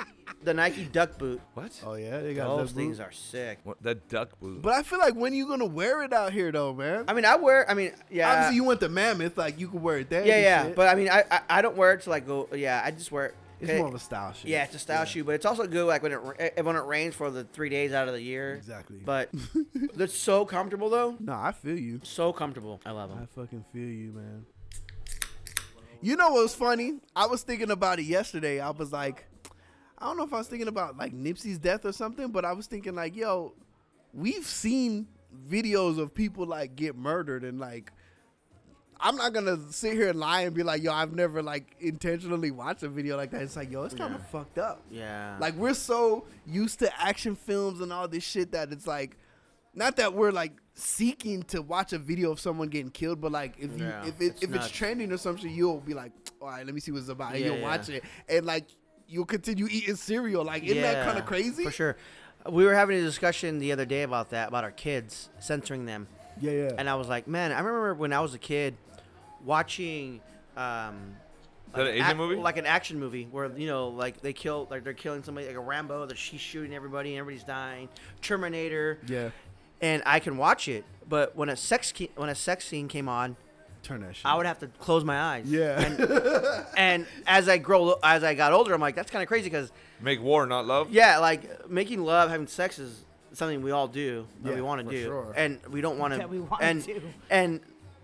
The Nike Duck Boot. What? Oh yeah, they got Those that things boot. are sick. What- That duck boot. But I feel like when you gonna wear it out here though, man? I mean, I wear. I mean, yeah. Obviously, you want the mammoth, like you could wear it there. yeah, and yeah. shit. But I mean, I, I I don't wear it to like go. Yeah, I just wear it. it's more of a style shit. Yeah, it's a style shoe, but it's also good like when it ra- eh, when it rains for the three days out of the year. Exactly. But they're so comfortable though. No, I feel you. So comfortable. I love I them. fucking feel you, man. You know what's funny? I was thinking about it yesterday. I was like, I don't know if I was thinking about like Nipsey's death or something, but I was thinking like, yo, we've seen videos of people like get murdered and like I'm not gonna sit here and lie and be like, yo, I've never like intentionally watched a video like that. It's like, yo, it's kind of fucked up. Yeah. Like we're so used to action films and all this shit that it's like not that we're like seeking to watch a video of someone getting killed, but like if you Yeah, if it, it's if it's nuts. trending or something, you'll be like, all right, let me see what's about. And Yeah, you'll yeah. watch it and like you'll continue eating cereal. Like isn't that kind Yeah, of crazy? For sure. We were having a discussion the other day about that, about our kids censoring them. Yeah, yeah. And I was like, man, I remember when I was a kid watching um, Is that an Asian ac- movie? like an action movie where you know, like they kill, like they're killing somebody, like a Rambo, that she's shooting everybody, and everybody's dying. Terminator. yeah. And I can watch it, but when a sex ke- when a sex scene came on, Turn that shit. I would have to close my eyes. yeah. And as I grow, as I got older, I'm like, that's kind of crazy because Make war, not love. Yeah, like making love, having sex is something we all do that Yeah, we want for to do, sure. and we don't want to. That we wanna and, do. And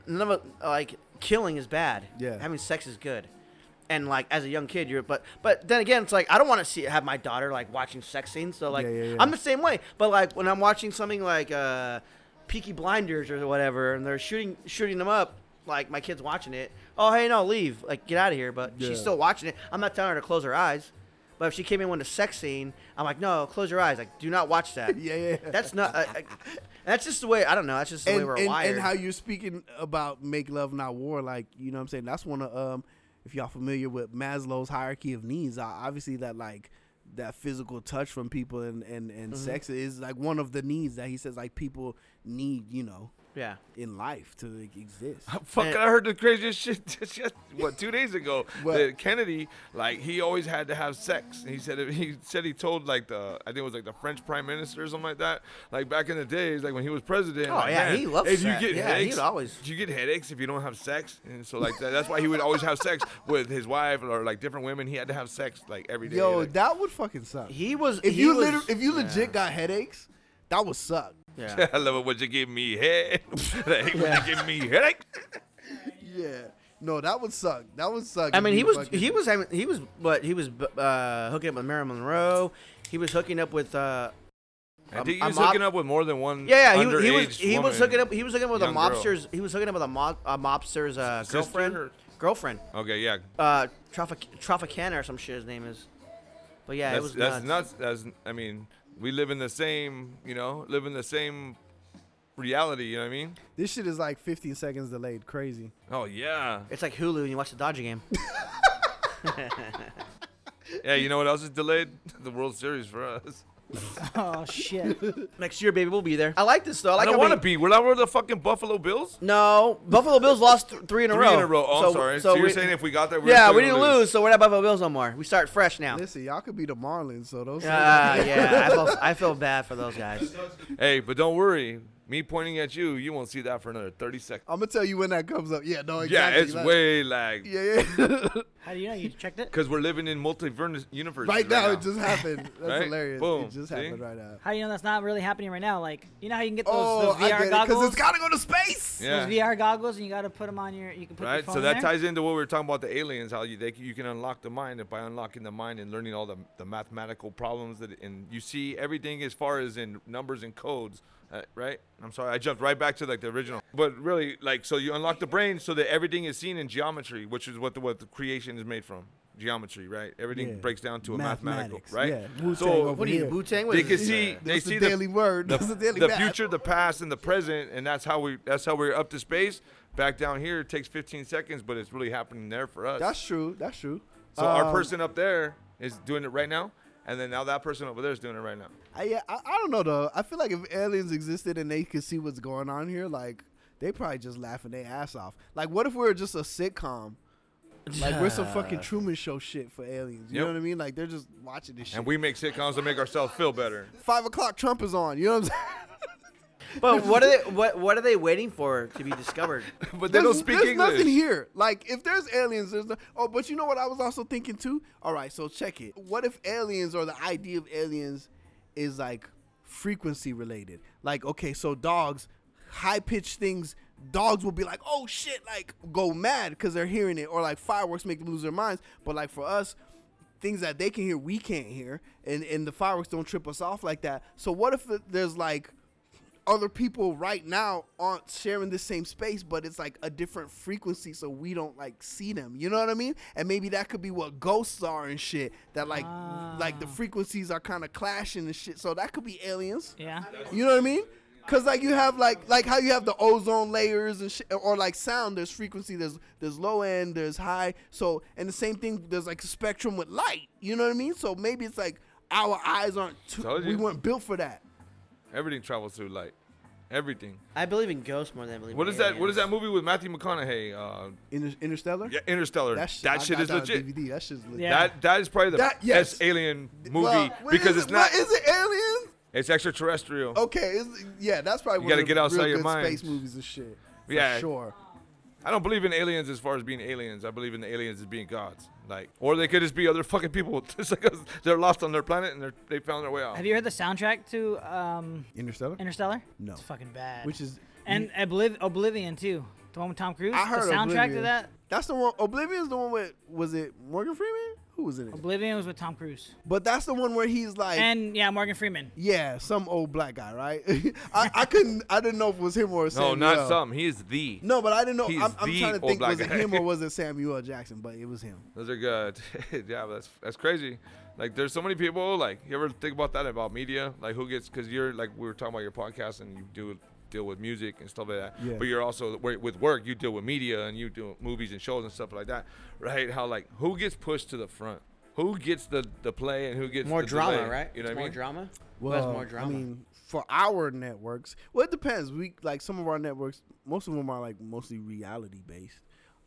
none of like killing is bad. Yeah. having sex is good. And like as a young kid, you're but but then again, it's like I don't want to see have my daughter like watching sex scenes. So like Yeah, yeah, yeah. I'm the same way. But like when I'm watching something like uh, Peaky Blinders or whatever, and they're shooting shooting them up. Like my kid's watching it. Oh hey no leave like get out of here. But Yeah. she's still watching it. I'm not telling her to close her eyes. But if she came in with a sex scene, I'm like, no, close your eyes. Like, do not watch that. Yeah, yeah. That's not. I, I, that's just the way. I don't know. That's just the way and, we're and, wired. and how you're speaking about make love not war like you know what i'm saying that's one of um if y'all familiar with maslow's hierarchy of needs uh, obviously that like that physical touch from people and and, and Mm-hmm. sex is like one of the needs that he says like people need you know yeah. in life to like, exist Fuck! I heard the craziest shit just, just what two days ago. What? That Kennedy, like he always had to have sex. And he said he said he told like the I think it was like the French prime minister or something like that. Like back in the days, like when he was president. Oh, like, yeah, man, he loves if you sex. get Yeah, headaches, he'd always- do you get headaches if you don't have sex? And so like that, that's why he would always have sex with his wife or like different women. He had to have sex like every day. yo like- that would fucking suck He was. if he you was, liter- if you legit got headaches that would suck Yeah. I love it when you give me head. I hate when you give me headache. yeah no that would suck that would suck I if mean, you he was. fucking- He was. having- He was. But he was uh, hooking up with Marilyn Monroe. he was hooking up with uh, I I'm- think he I'm was hooking op- up with more than one. Yeah, yeah, he, was- he underage was he was woman. hooking up he was hooking up with a Young girl. mobster's he was hooking up with a, mob, a mobster's uh, Sister girlfriend or- girlfriend Okay, yeah, uh Trafic- Traficana or some shit his name is, but yeah, that's, it was that's nuts. nuts. That's I mean, we live in the same, you know, live in the same reality. You know what I mean? This shit is like 15 seconds delayed. Crazy. Oh yeah, It's like Hulu and you watch the Dodger game. yeah. You know what else is delayed? the World Series for us. Oh shit. Next year, baby, we'll be there. I like this though. I I like don't how want to we- be. We're not. We're the fucking Buffalo Bills. No, Buffalo Bills lost th- three in a Three row. in a row. Oh, I'm sorry. So, you're saying if we got there, we're yeah, still we gonna didn't lose. so we're not Buffalo Bills no more. We start fresh now. Listen, y'all could be the Marlins, so those. Ah, yeah, I feel, I feel bad for those guys. Hey, but don't worry. Me pointing at you, you won't see that for another 30 Oh, seconds. I'm gonna tell you when that comes up. Yeah, no, Yeah, exactly. it's like- way like Yeah, yeah. How do you know? You checked it? because we're living in multiverse universe right now, it just happened. That's Right? hilarious. Boom. It just See? happened right now. How do you know that's not really happening right now? Like, you know how you can get those, Oh, those I get VR it goggles? because it's gotta go to space. yeah. Those VR goggles, and you got to put them on your. You can put your Right, phone so that there? ties into what we were talking about the aliens, how you they, you can unlock the mind, and by unlocking the mind and learning all the, the mathematical problems that and you see everything as far as in numbers and codes, uh, right? I'm sorry, I jumped right back to like the original, but really like so you unlock the brain so that everything is seen in geometry, which is what the, what the creation is made from geometry, right? Everything Yeah. breaks down to a mathematical, Mathematics, right? yeah. Wu-Tang So over What are you, Yeah. Wu Tang? they can see they That's the see daily the word. the, That's the daily the map. future, the past, and the present, and that's how we that's how we're up to space. Back down here it takes 15 seconds, but it's really happening there for us. That's true. That's true. so our Um, person up there is doing it right now, and then now that person over there is doing it right now. I, yeah, I, I don't know though. I feel like if aliens existed and they could see what's going on here, like they probably just laughing their ass off. Like, what if we were just a sitcom? Like we're some fucking Truman Show shit for aliens. You know Yep. what I mean? Like they're just watching this shit. And we make sitcoms to make ourselves feel better. Five o'clock Trump is on. You know what I'm saying? But what are they? What What are they waiting for to be discovered? But they don't there's, speak there's English. nothing here. Like if there's aliens, there's no. Oh, but you know what? I was also thinking too. All right, so check it. What if aliens or the idea of aliens is like frequency related? Like okay, so dogs, high pitched things. Dogs will be like, oh shit, like go mad because they're hearing it, or like fireworks make them lose their minds. But like for us, things that they can hear we can't hear, and and the fireworks don't trip us off like that. So what if there's like other people right now aren't sharing the same space, but it's like a different frequency, so we don't like see them. You know what I mean? And maybe that could be what ghosts are and shit. That like, like the frequencies are kind of clashing and shit. So that could be aliens. Yeah. You know what I mean? Cause like you have like like how you have the ozone layers and shit, or like sound. There's frequency. There's there's low end. There's high. So and the same thing. There's like a spectrum with light. You know what I mean? So maybe it's like our eyes aren't. Too, Told we you. weren't built for that. Everything travels through light. Everything. I believe in ghosts more than I believe. What in is that? What is that aliens. movie with Matthew McConaughey? Uh, Inter- Interstellar. yeah, Interstellar. That, That shit, I shit got is that on legit. DVD. That shit's legit. Yeah. That that is probably the That- yes. best alien movie Well, what because is it's it, not What, is it aliens? it's extraterrestrial. Okay, it's, yeah, that's probably one gotta of the get outside real your good mind. space movies and shit. For Yeah. sure. I don't believe in aliens as far as being aliens. I believe in the aliens as being gods. Like, or they could just be other fucking people. Just like us. they're lost on their planet and they're, they found their way out. Have you heard the soundtrack to um, Interstellar. Interstellar? No. It's fucking bad. Which is and Obliv- Oblivion too. The one with Tom Cruise. I heard the soundtrack Oblivion. to that. That's the one. Oblivion's the one with was it Morgan Freeman? Who was in it? Oblivion was with Tom Cruise. But that's the one where he's like. And yeah, Morgan Freeman. yeah, some old black guy, right? I, I couldn't, I didn't know if it was him or no, Samuel. not uh, some. He is the. No, but I didn't know. He's I'm, I'm the trying to old think, black was it guy. him or was it Samuel Jackson? But it was him. Those are good. yeah, but that's that's crazy. Like, there's so many people. Like, you ever think about that about media? Like, who gets? Because you're like we were talking about your podcast and you do deal with music and stuff like that. Yeah. But you're also wi- with work. You deal with media and you do movies and shows and stuff like that, right? How like who gets pushed to the front? Who gets the the play and who gets More the drama, delay? right? You know It's what I more mean? drama. Well, it's more drama. I mean, for our networks, well, it depends. We like some of our networks. Most of them are like mostly reality based.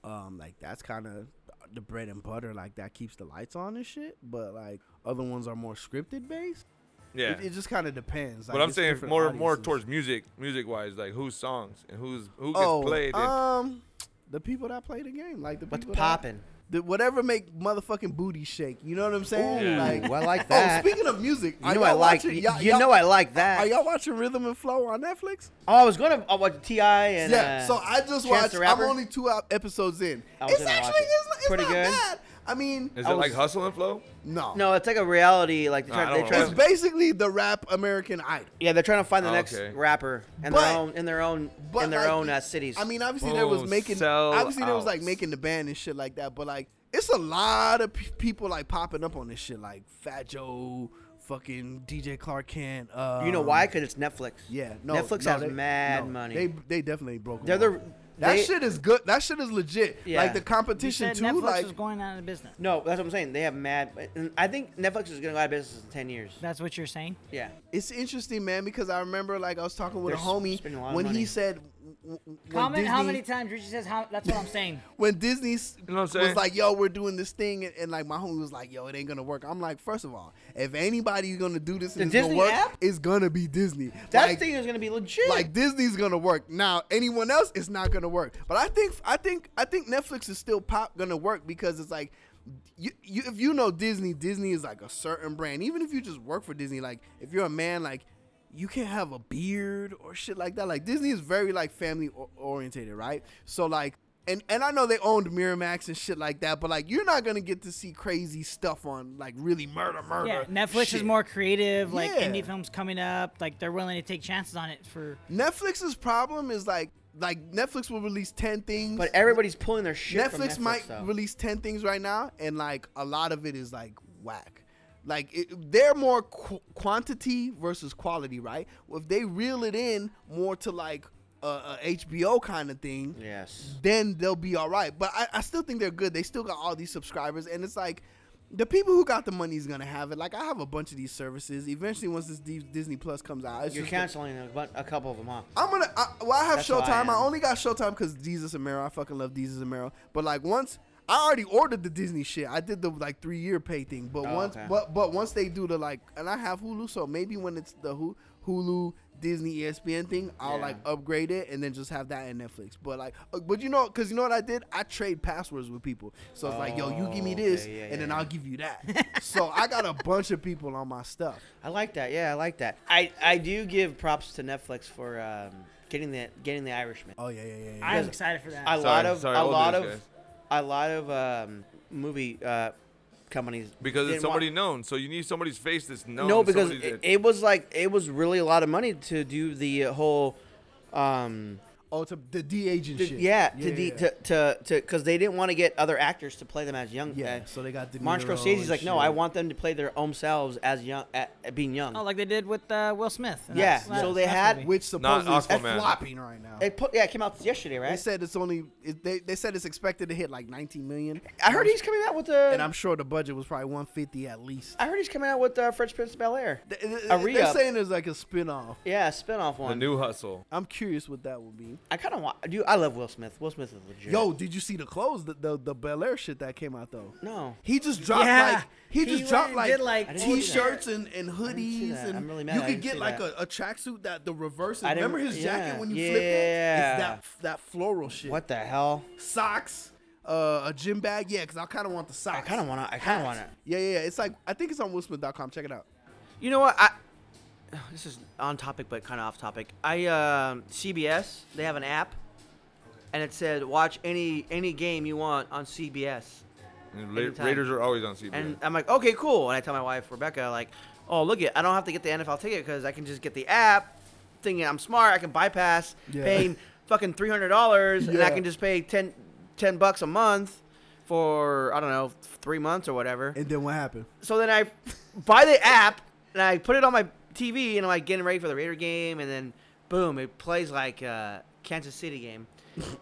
Um, like that's kind of the bread and butter. Like that keeps the lights on and shit. But like other ones are more scripted based. Yeah. It, it just kind of depends. Like, But I'm it's saying different more more audiences. towards music, music wise, like whose songs and who's who gets oh, played. And uh, um, the people that play the game, like the What's people that- poppin'? the, whatever make motherfucking booty shake. You know what I'm saying? Ooh, like, well, I like Oh, that. speaking of music, You are know I y'all like. watching- You y'all- you y'all- know I like Are that. y'all watching Rhythm and Flow on Netflix? Oh, I was gonna uh, watch Ti and yeah. uh, so I just Chance watched. the I'm Rapper. only two ep- episodes in. I was It's gonna watch actually it. it's, it's Pretty not good. bad. I mean, Is I it like was- Hustle and Flow? no. No, it's like a reality. Like they No, I try, they don't try know. It's to, basically the rap American Idol. yeah, they're trying to find the Oh, next okay. rapper in But- their own in their own But in their like, own uh, cities. I mean, obviously there was Boom, making, Oh, sell obviously there was like outs. making the band and shit like that. But like, it's a lot of pe- people like popping up on this shit, like Fat Joe, fucking DJ Clark Kent. Um, you know why? Because it's Netflix. Yeah, no. Netflix no, has they- mad no, money. They they definitely broke. 'em They're the- up. that they- shit is good. That shit is legit. Yeah. Like the You You competition said too. Netflix like is going out of business. no, that's what I'm saying. They have mad. and I think Netflix is gonna go out of business in ten years. That's what you're saying. Yeah, it's interesting, man, because I remember like I was talking with They're a homie spending a lot of when he money. said. w- w- when Comment how Disney- many times Richie says how. That's what I'm saying. when Disney s- You know what I'm was saying? like, "Yo, we're doing this thing," and, and, like my homie was like, "Yo, it ain't gonna work." I'm like, first of all, if anybody's gonna do this and The it's gonna Disney work, app? it's gonna be Disney. that like, thing is gonna be legit. like Disney's gonna work. Now anyone else is not gonna work. But I think I think I think Netflix is still pop gonna work because it's like. You, you, if you know Disney, Disney is like a certain brand. Even if you just work for Disney, like if you're a man, like you can't have a beard or shit like that. Like Disney is very like family o- orientated, right? So like, and and I know they owned Miramax and shit like that, but like you're not gonna get to see crazy stuff on like really murder, murder. Yeah, Netflix is shit. more creative. Like Yeah. indie films coming up, like they're willing to take chances on it for. Netflix's problem is like like Netflix will release ten things, but everybody's pulling their shit. from Netflix, might though. release 10 things right now, and like a lot of it is like whack. Like it, they're more qu- quantity versus quality, right? Well, if they reel it in more to like a, a HBO kind of thing, Yes. then they'll be all right. But I, I still think they're good. They still got all these subscribers, and it's like the people who got the money is gonna have it. Like I have a bunch of these services. Eventually, once this D- Disney Plus comes out, it's You're just gonna- canceling a, bu- a couple of them, huh? I'm gonna. I, well, I have That's how I Showtime. I, am. only got Showtime because Jesus and Mero. I fucking love Jesus and Mero. But like once I already ordered the Disney shit. I did the like three year pay thing. But Oh, once, okay. but but once they do the like, and I have Hulu, so maybe when it's the Hu- Hulu Disney E ESPN thing, I'll Yeah. like upgrade it and then just have that in Netflix. But like, uh, but you know, cause you know what I did? I trade passwords with people. So it's like, yo, you give me Oh, this, yeah, yeah, and then yeah. I'll give you that. so I got a bunch of people on my stuff. I like that. Yeah, I like that. I, I do give props to Netflix for um, getting the getting the Irishman. Oh yeah, yeah, yeah. yeah. I'm excited for that. A lot of sorry, a we'll do lot this, of guys. a lot of um, movie uh, companies Because didn't it's somebody want- known, so you need somebody's face that's known. no, because somebody it, that- it was like it was really a lot of money to do the whole. Um, Oh, to the D agent to- shit. yeah, to de- yeah. to to to because they didn't want to get other actors to play them as young. Yeah, uh, so they got De Martin Niro Scorsese's and like, no, I shit. want them to play their own selves as young, at, at being young. Oh, like they did with uh, Will Smith. and Yeah, that's- that's- so they that's had- movie. which supposedly is Aquaman. flopping right now. They put yeah, it came out yesterday, right? They said it's only it, they, they said it's expected to hit like 19 million. I heard he's coming out with a. and I'm sure the budget was probably 150 at least. I heard he's coming out with uh, Fresh Prince of Bel Air. They, they- A they're re-up. saying there's like a spin-off. Yeah, a spinoff the one. new hustle. I'm curious what that would be. I kind of want. Dude, I love Will Smith. Will Smith is legit. Yo, did you see the clothes the the, the Bel Air shit that came out though? No. He just dropped Yeah. like he He just went dropped and like, did, like, I didn't see t-shirts and, and hoodies that. and I'm really mad you I could didn't get see like that. a, a tracksuit that the reverse. I Is. didn't- Remember his jacket yeah, when you flipped it? yeah. It's that that floral shit. What the hell? socks, uh, a gym bag. Yeah, because I kind of want the socks. I kind of want to. I kind of want to. Yeah, yeah, yeah. It's like I think it's on WillSmith.com. Check it out. You know what? I. This is on topic, but kind of off topic. I um, CBS. They have an app, and it said watch any any game you want on CBS. And Ra- Anytime. Raiders are always on CBS. And uh, I'm like, okay, cool. And I tell my wife Rebecca, like, oh look it, I don't have to get the NFL ticket because I can just get the app. Thinking I'm smart, I can bypass Yeah. paying fucking three hundred dollars, and I Yeah. can just pay 10, 10 bucks a month for I don't know three months or whatever. And then what happened? so then I buy the app and I put it on my TV and I'm like getting ready for the Raider game, and then boom, it plays like uh, Kansas City game.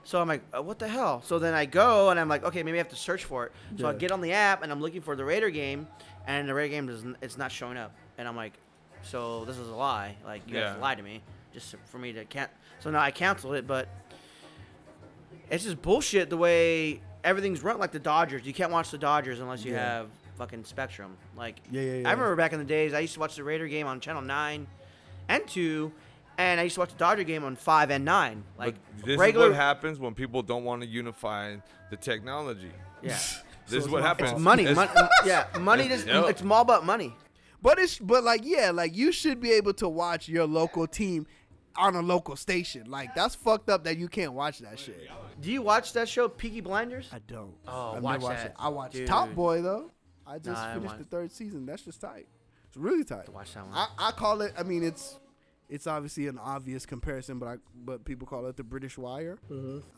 So I'm like, uh, what the hell? So then I go and I'm like, okay, maybe I have to search for it. So I Yeah. get on the app and I'm looking for the Raider game, and the Raider game doesn't, it's not showing up. And I'm like, so this is a lie. Like you Yeah. guys lied to me, just for me to can't. So now I canceled it, but it's just bullshit the way everything's run. Like the Dodgers, you can't watch the Dodgers unless you Yeah. have fucking Spectrum. Like Yeah, yeah, yeah. I remember back in the days, I used to watch the Raider game on Channel Nine and Two, and I used to watch the Dodger game on Five and Nine. Like but this regular. is what happens when people don't want to unify the technology. yeah. This is it's what not happens. It's money, It's- mon- yeah, money. Just, Yep. It's all about money. But it's but like yeah, like you should be able to watch your local team on a local station. Like that's fucked up that you can't watch that shit. Do you watch that show, Peaky Blinders? I don't. Oh, I've watch never watched that. it. I watched Dude. Top Boy though. I just Nah, I finished the watched- third season. That's just tight. It's really tight. watch that one. I, I call it. I mean, it's it's obviously an obvious comparison, but I but people call it the British Wire.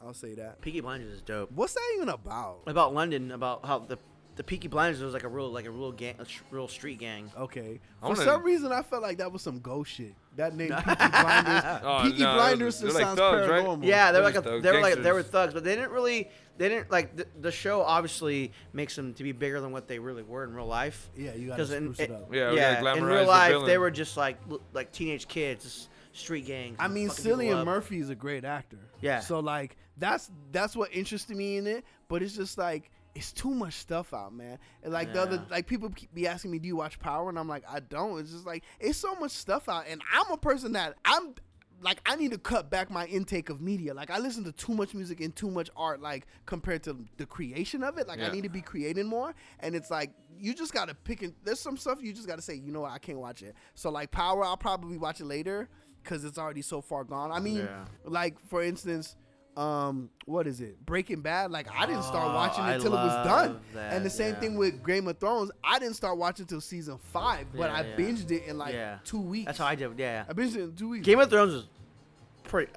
I'll say that. Peaky Blinders is dope. What's that even about? About London, about how the the Peaky Blinders was like a real like a real gang, a sh- real street gang. Okay. I For wanna- some reason, I felt like that was some ghost shit. That name Peaky Blinders. Oh, Peaky no, Blinders they're just like sounds thugs, right? paranormal. Yeah, they were Those like a, thug- they were like they were gangsters. thugs, but they didn't really they didn't like the, the show. Obviously, makes them to be bigger than what they really were in real life. Yeah, you gotta 'Cause in- spruce it up. Yeah, Yeah, we gotta in glamorize real the life they villain. were just like l- like teenage kids, just street gangs. I mean, fucking people Cillian up. Murphy is a great actor. Yeah. So like that's that's what interested me in it, but it's just like it's too much stuff out, man. And like the other Yeah. like people keep be asking me, "Do you watch Power?" and I'm like, "I don't." It's just like it's so much stuff out, and I'm a person that I'm like I need to cut back my intake of media. Like I listen to too much music and too much art like compared to the creation of it. Like I Yeah. need to be creating more and it's like you just got to pick and there's some stuff you just got to say, "You know what? I can't watch it." So like Power, I'll probably watch it later cuz it's already so far gone. I mean, Yeah. like for instance, um, what is it? Breaking Bad. Like I didn't start Oh, watching I it till it was love done. that, and the same yeah. thing with Game of Thrones. I didn't start watching till season five, but Yeah, I yeah. binged it in like Yeah. two weeks. That's how I did. Yeah, I binged it in two weeks. Game of Thrones was pretty.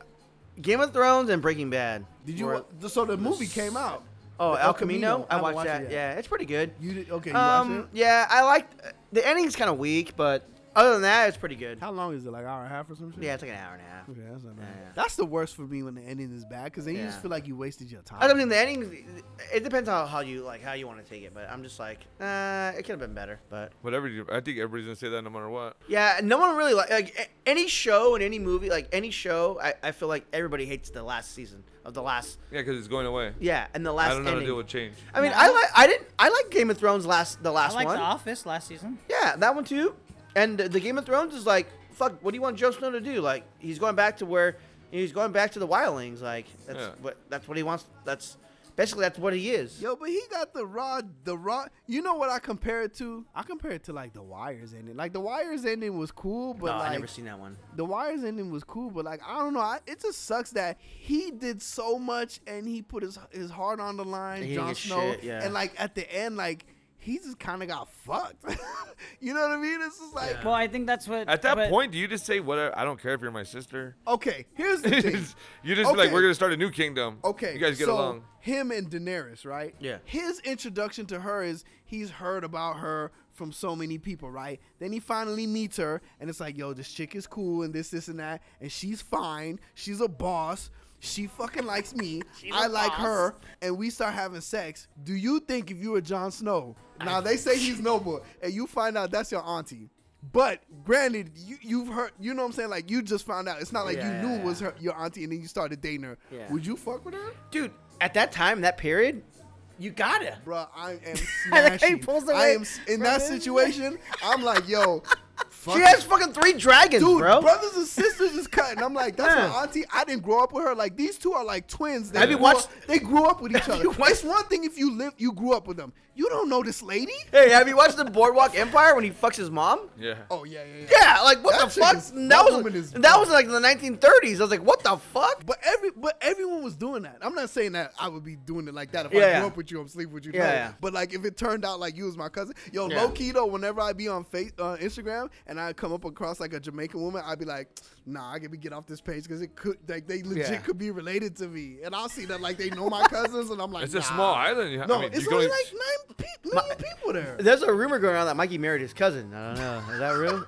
Game of Thrones and Breaking Bad. Did you? were- wa- so the movie came out. Oh, The El Camino. I haven't watched it that. yet. Yeah, it's pretty good. You did? Okay. You Um, watched it? yeah, I like the ending's kind of weak, but other than that, it's pretty good. How long is it? Like hour and a half or some shit? Yeah, it's like an hour and a half. Okay, that's, not bad. Yeah. that's the worst for me when the ending is bad because then you Yeah. just feel like you wasted your time. I don't think the ending. It depends on how you like how you want to take it, but I'm just like, uh, it could have been better. But Whatever. You, I think everybody's gonna say that no matter what. yeah, no one really like, like a- any show and any movie, like any show. I, I feel like everybody hates the last season of the last. Yeah, because it's going away. Yeah, and the last. I don't know how to ending. deal with change. I mean, No, I I- like I didn't I like Game of Thrones last the I last like one. The Office last season. Yeah, that one too. And the Game of Thrones is like, fuck. What do you want Jon Snow to do? Like, he's going back to where he's going back to the wildlings. Like, that's Yeah. what that's what he wants. That's basically that's what he is. Yo, but he got the raw, the raw. You know what I compare it to? I compare it to like the Wires ending. Like the Wires ending was cool, but No, like I never seen that one. the Wires ending was cool, but like I don't know. I, it just sucks that he did so much and he put his his heart on the line. And he didn't Jon get Snow, shit, yeah. and like at the end, like he just kind of got fucked. you know what I mean? It's just like Well, I think that's what. At that but- point, do you just say whatever? I don't care if you're my sister. okay, here's the you thing. just be like, Okay. we're gonna start a new kingdom. Okay. You guys get so along. Him and Daenerys, right? Yeah. His introduction to her is he's heard about her from so many people, right? Then he finally meets her, and it's like, yo, this chick is cool, and this, this, and that, and she's fine. She's a boss. She fucking likes me. I like her, and we start having sex. Do you think if you were Jon Snow, now they say he's noble, and you find out that's your auntie. But granted, you, you've heard, you know what I'm saying? Like, you just found out. It's not like Yeah, you knew yeah, it was yeah. her, your auntie and then you started dating her. Yeah. Would you fuck with her? Dude, at that time, that period, you gotta. Bruh, I am like how he smashing. pulls I away am s- in from that him. situation. I'm like, yo, fuck She it. has fucking three dragons, Dude, bro. brothers and sisters is cutting. I'm like, that's Yeah. my auntie. I didn't grow up with her. Like these two are like twins. They Have you grew up- watched- They grew up with each other. you watched- It's one thing if you live, you grew up with them. You don't know this lady. Hey, have you watched the Boardwalk Empire when he fucks his mom? Yeah. Oh yeah, yeah, yeah. Yeah, like what That the chick fuck? is- that, that was woman is- that was like in the 1930s. I was like, what the fuck? But every but everyone was doing that. I'm not saying that I would be doing it like that if I Yeah. grew up with you, I'm sleeping with you. Yeah, no. yeah. But like if it turned out like you was my cousin, yo, Yeah. low key though, whenever I be on face uh, Instagram and I come up across like a Jamaican woman, I'd be like, nah, I can be get off this page because it could like they legit Yeah. could be related to me, and I'll see that like they know my cousins, and I'm like, It's nah. a small island. No, I mean, it's you only can like nine pe- million people there. There's a rumor going around that Mikey married his cousin. I don't know. Is that real?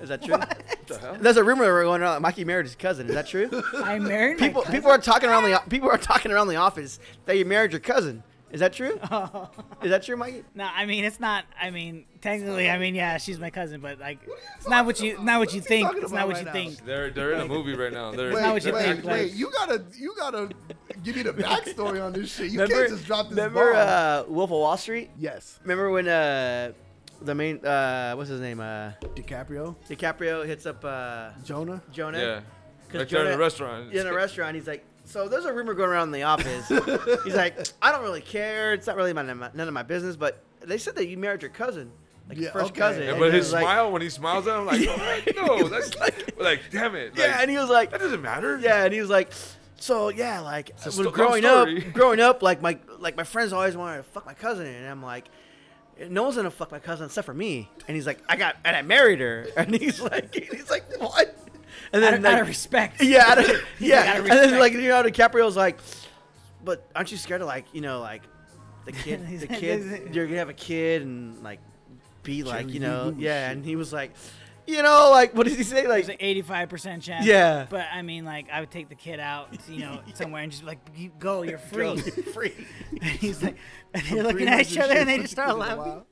Is that true? There's a rumor going around that Mikey married his cousin. Is that true? I married my people cousin. people are talking around the people are talking around the office that you married your cousin. Is that true? Is that true, Mikey? Oh. No, I mean it's not. I mean technically, I mean yeah, she's my cousin, but like it's not what you not what What is you he think. talking It's about not what right you now? think. They're they're in a movie right now. They're, Wait, not what you wait, think, like- wait, you gotta, you gotta give me the backstory on this shit. You can't just drop this remember bomb. uh, Wolf of Wall Street? yes, Remember when uh, the main uh, what's his name uh, DiCaprio, DiCaprio hits up uh, Jonah. Jonah? Yeah. Right Because there in Jonah- the restaurant. in a restaurant. He's like, so there's a rumor going around in the office. he's like, I don't really care. It's not really my none of my business. But they said that you married your cousin. like Yeah, first okay. cousin. Yeah, Yeah, And but he his was like- smile when he smiles at him, like, oh, no, that's like, like, damn it. yeah, like, and he was like, that doesn't matter. yeah, and he was like, so yeah, like I was sto- long growing up, story. growing up, like my like my friends always wanted to fuck my cousin, and I'm like, no one's gonna fuck my cousin except for me. And he's like, I got and I married her, and he's like, he's like, what? And Out of, out like- of respect. yeah, I don't- yeah. out of and then respect. like Leonardo DiCaprio's like, but aren't you scared of like you know like the kid, He's the like, kid, "This- you're gonna have a kid and like be like you Jerry know Lewis yeah. shit. And he was like, you know like what does he say like There's an 85% chance. Yeah. But I mean, like, I would take the kid out, you know, somewhere and just be like, you go, you're Girl, free. free. and he's like, and Pretty they're looking at much each the other shit and they for just start a while. laughing.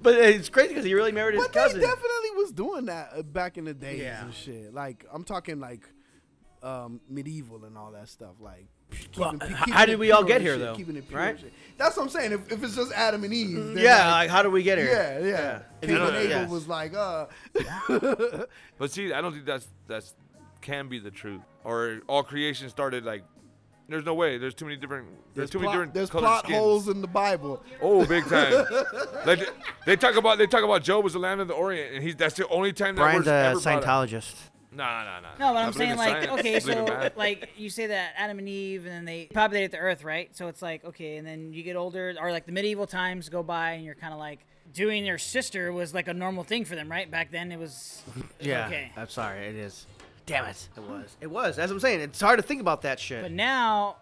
But it's crazy because he really married his But they cousin. definitely was doing that uh, back in the days Yeah. and shit. Like I'm talking like um, medieval and all that stuff. Like keeping, Well, pe- h- keeping how did it we all pure get and here, shit, though? Keeping it pure Right? and shit. That's what I'm saying. If, if it's just Adam and Eve, then, yeah, like, like how do we get here? yeah, yeah. Cain Yeah. and Abel Yes. was like, uh, But see, I don't think that's that's can be the truth. Or all creation started like, there's no way. There's too many different. There's, there's too plot, many different. there's colored plot skins. holes in the Bible. Oh, big time. like they talk about they talk about Job was the land of the Orient, and he's that's the only time that Brian's word's a ever brought up. Scientologist. Nah, nah, nah. No, but I I'm believe saying in like science. I okay, believe in so math. like you say that Adam and Eve, and then they populated the Earth, right? So it's like okay, and then you get older, or like the medieval times go by, and you're kind of like doing your sister was like a normal thing for them, right? Back then it was Yeah, okay. I'm sorry, it is. Damn it, it was. It was. That's what I'm saying. It's hard to think about that shit. But now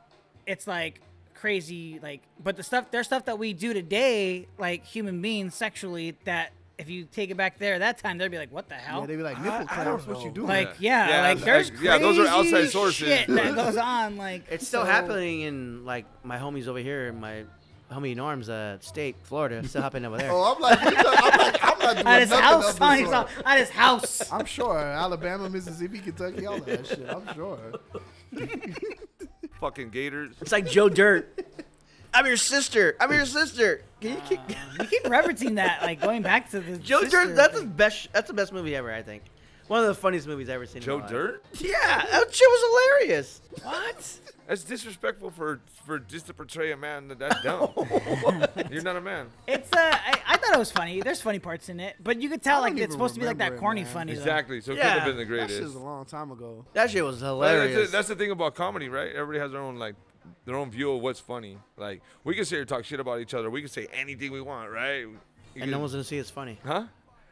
it's like crazy like but the stuff there's stuff that we do today like human beings sexually that if you take it back there that time they'd be like what the hell Yeah, they be like nipple clamps. What you doing? like Yeah. yeah, Yeah, like like, there's crazy yeah, those are outside sources. shit that goes on like it's still so- happening in like my homies over here. My homie Norm's uh, state, Florida, it's still happening over there. oh, I'm like, I'm like, I'm not doing at his nothing house of the on sort. his, at his house I'm sure Alabama, Mississippi, Kentucky, all that shit. I'm sure. fucking gators. It's like Joe Dirt. I'm your sister. I'm your sister. Can you kick you keep referencing that like going back to the Joe Uh, sister Dirt? That's the thing. best. That's the best movie ever. I think. One of the funniest movies I've ever seen. in Joe my life. Dirt? Yeah, that shit was hilarious. what That's disrespectful for for just to portray a man that that's dumb. You're not a man. it's uh I, I thought it was funny there's funny parts in it but you could I tell don't like even it's supposed to be like remember it, that corny man. funny though. Exactly. So it could Yeah, have been the That greatest. shit's a long time ago. That shit was hilarious. That's the, that's the thing about comedy, right? Everybody has their own like their own view of what's funny. Like we can sit here and talk shit about each other. We can say anything we want, right? You and can- no one's gonna see it's funny. huh?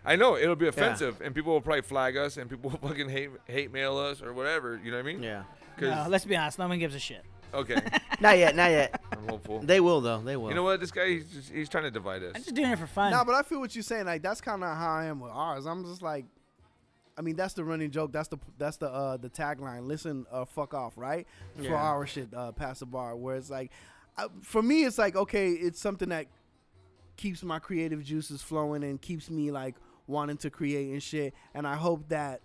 I know it'll be offensive, and people will probably flag us, and people will fucking hate hate mail us or whatever. You know what I mean? Yeah. 'Cause- No, let's be honest. No one gives a shit. okay, Not yet. Not yet. I'm hopeful. They will though. They will. you know what? This guy, he's just, he's trying to divide us. I'm just doing it for fun. No, but I feel what you're saying. Like that's kind of how I am with ours. I'm just like, I mean, that's the running joke. That's the that's the uh the tagline. Listen, uh, fuck off, right? For Yeah. our shit, uh, pass the bar. Where it's like, I, for me, it's like okay, it's something that keeps my creative juices flowing and keeps me like wanting to create and shit. And I hope that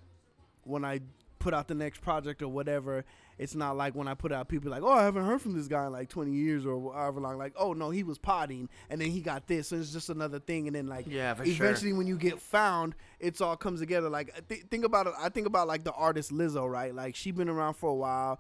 when I put out the next project or whatever, it's not like when I put out people like, oh, I haven't heard from this guy in like 20 years or however long. Like, oh no, he was potting and then he got this, and it's just another thing. And then like, Yeah, for sure. eventually when you get found, it's all comes together. Like, th- think about it. I think about like the artist Lizzo, right? Like she been around for a while.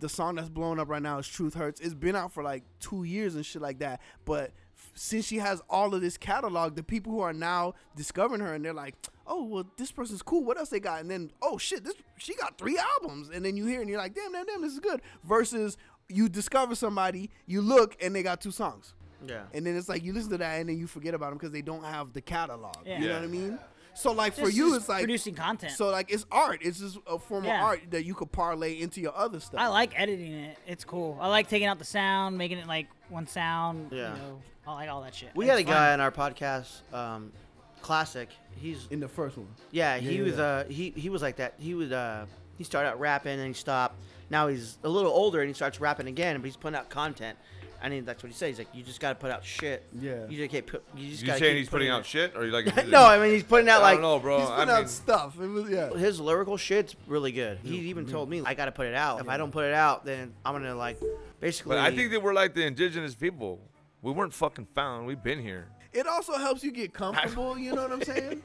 The song that's blowing up right now is "Truth Hurts." It's been out for like two years and shit like that, but since she has all of this catalog, the people who are now discovering her and they're like, oh well, this person's cool. What else they got? And then oh shit, this she got three albums. And then you hear and you're like, damn, damn, damn, this is good. Versus you discover somebody, you look and they got two songs, Yeah. and then it's like you listen to that and then you forget about them because they don't have the catalog. You know Yeah. what I mean? So like for This you, is it's like producing content. So like it's art. It's just a form Yeah. of art that you could parlay into your other stuff. I like editing it. It's cool. I like taking out the sound, making it like one sound. Yeah. You know, I like all that shit. We It's had a fun. guy on our podcast, um, classic. He's in the first one. yeah. He yeah, was yeah. uh he he was like that. He would uh he started out rapping and he stopped. Now he's a little older and he starts rapping again, but he's putting out content. I mean, that's what he says. He's like, you just gotta put out shit. Yeah. You just can't put. You just you gotta saying keep he's putting out shit, or you like? no, I mean he's putting out I like don't know, bro. He's I putting mean, out stuff. It was yeah. his lyrical shit's really good. He even told me I gotta put it out. If I don't put it out, then I'm gonna like basically. but I think that we're like the indigenous people. We weren't fucking found. We've been here. it also helps you get comfortable. You know what I'm saying?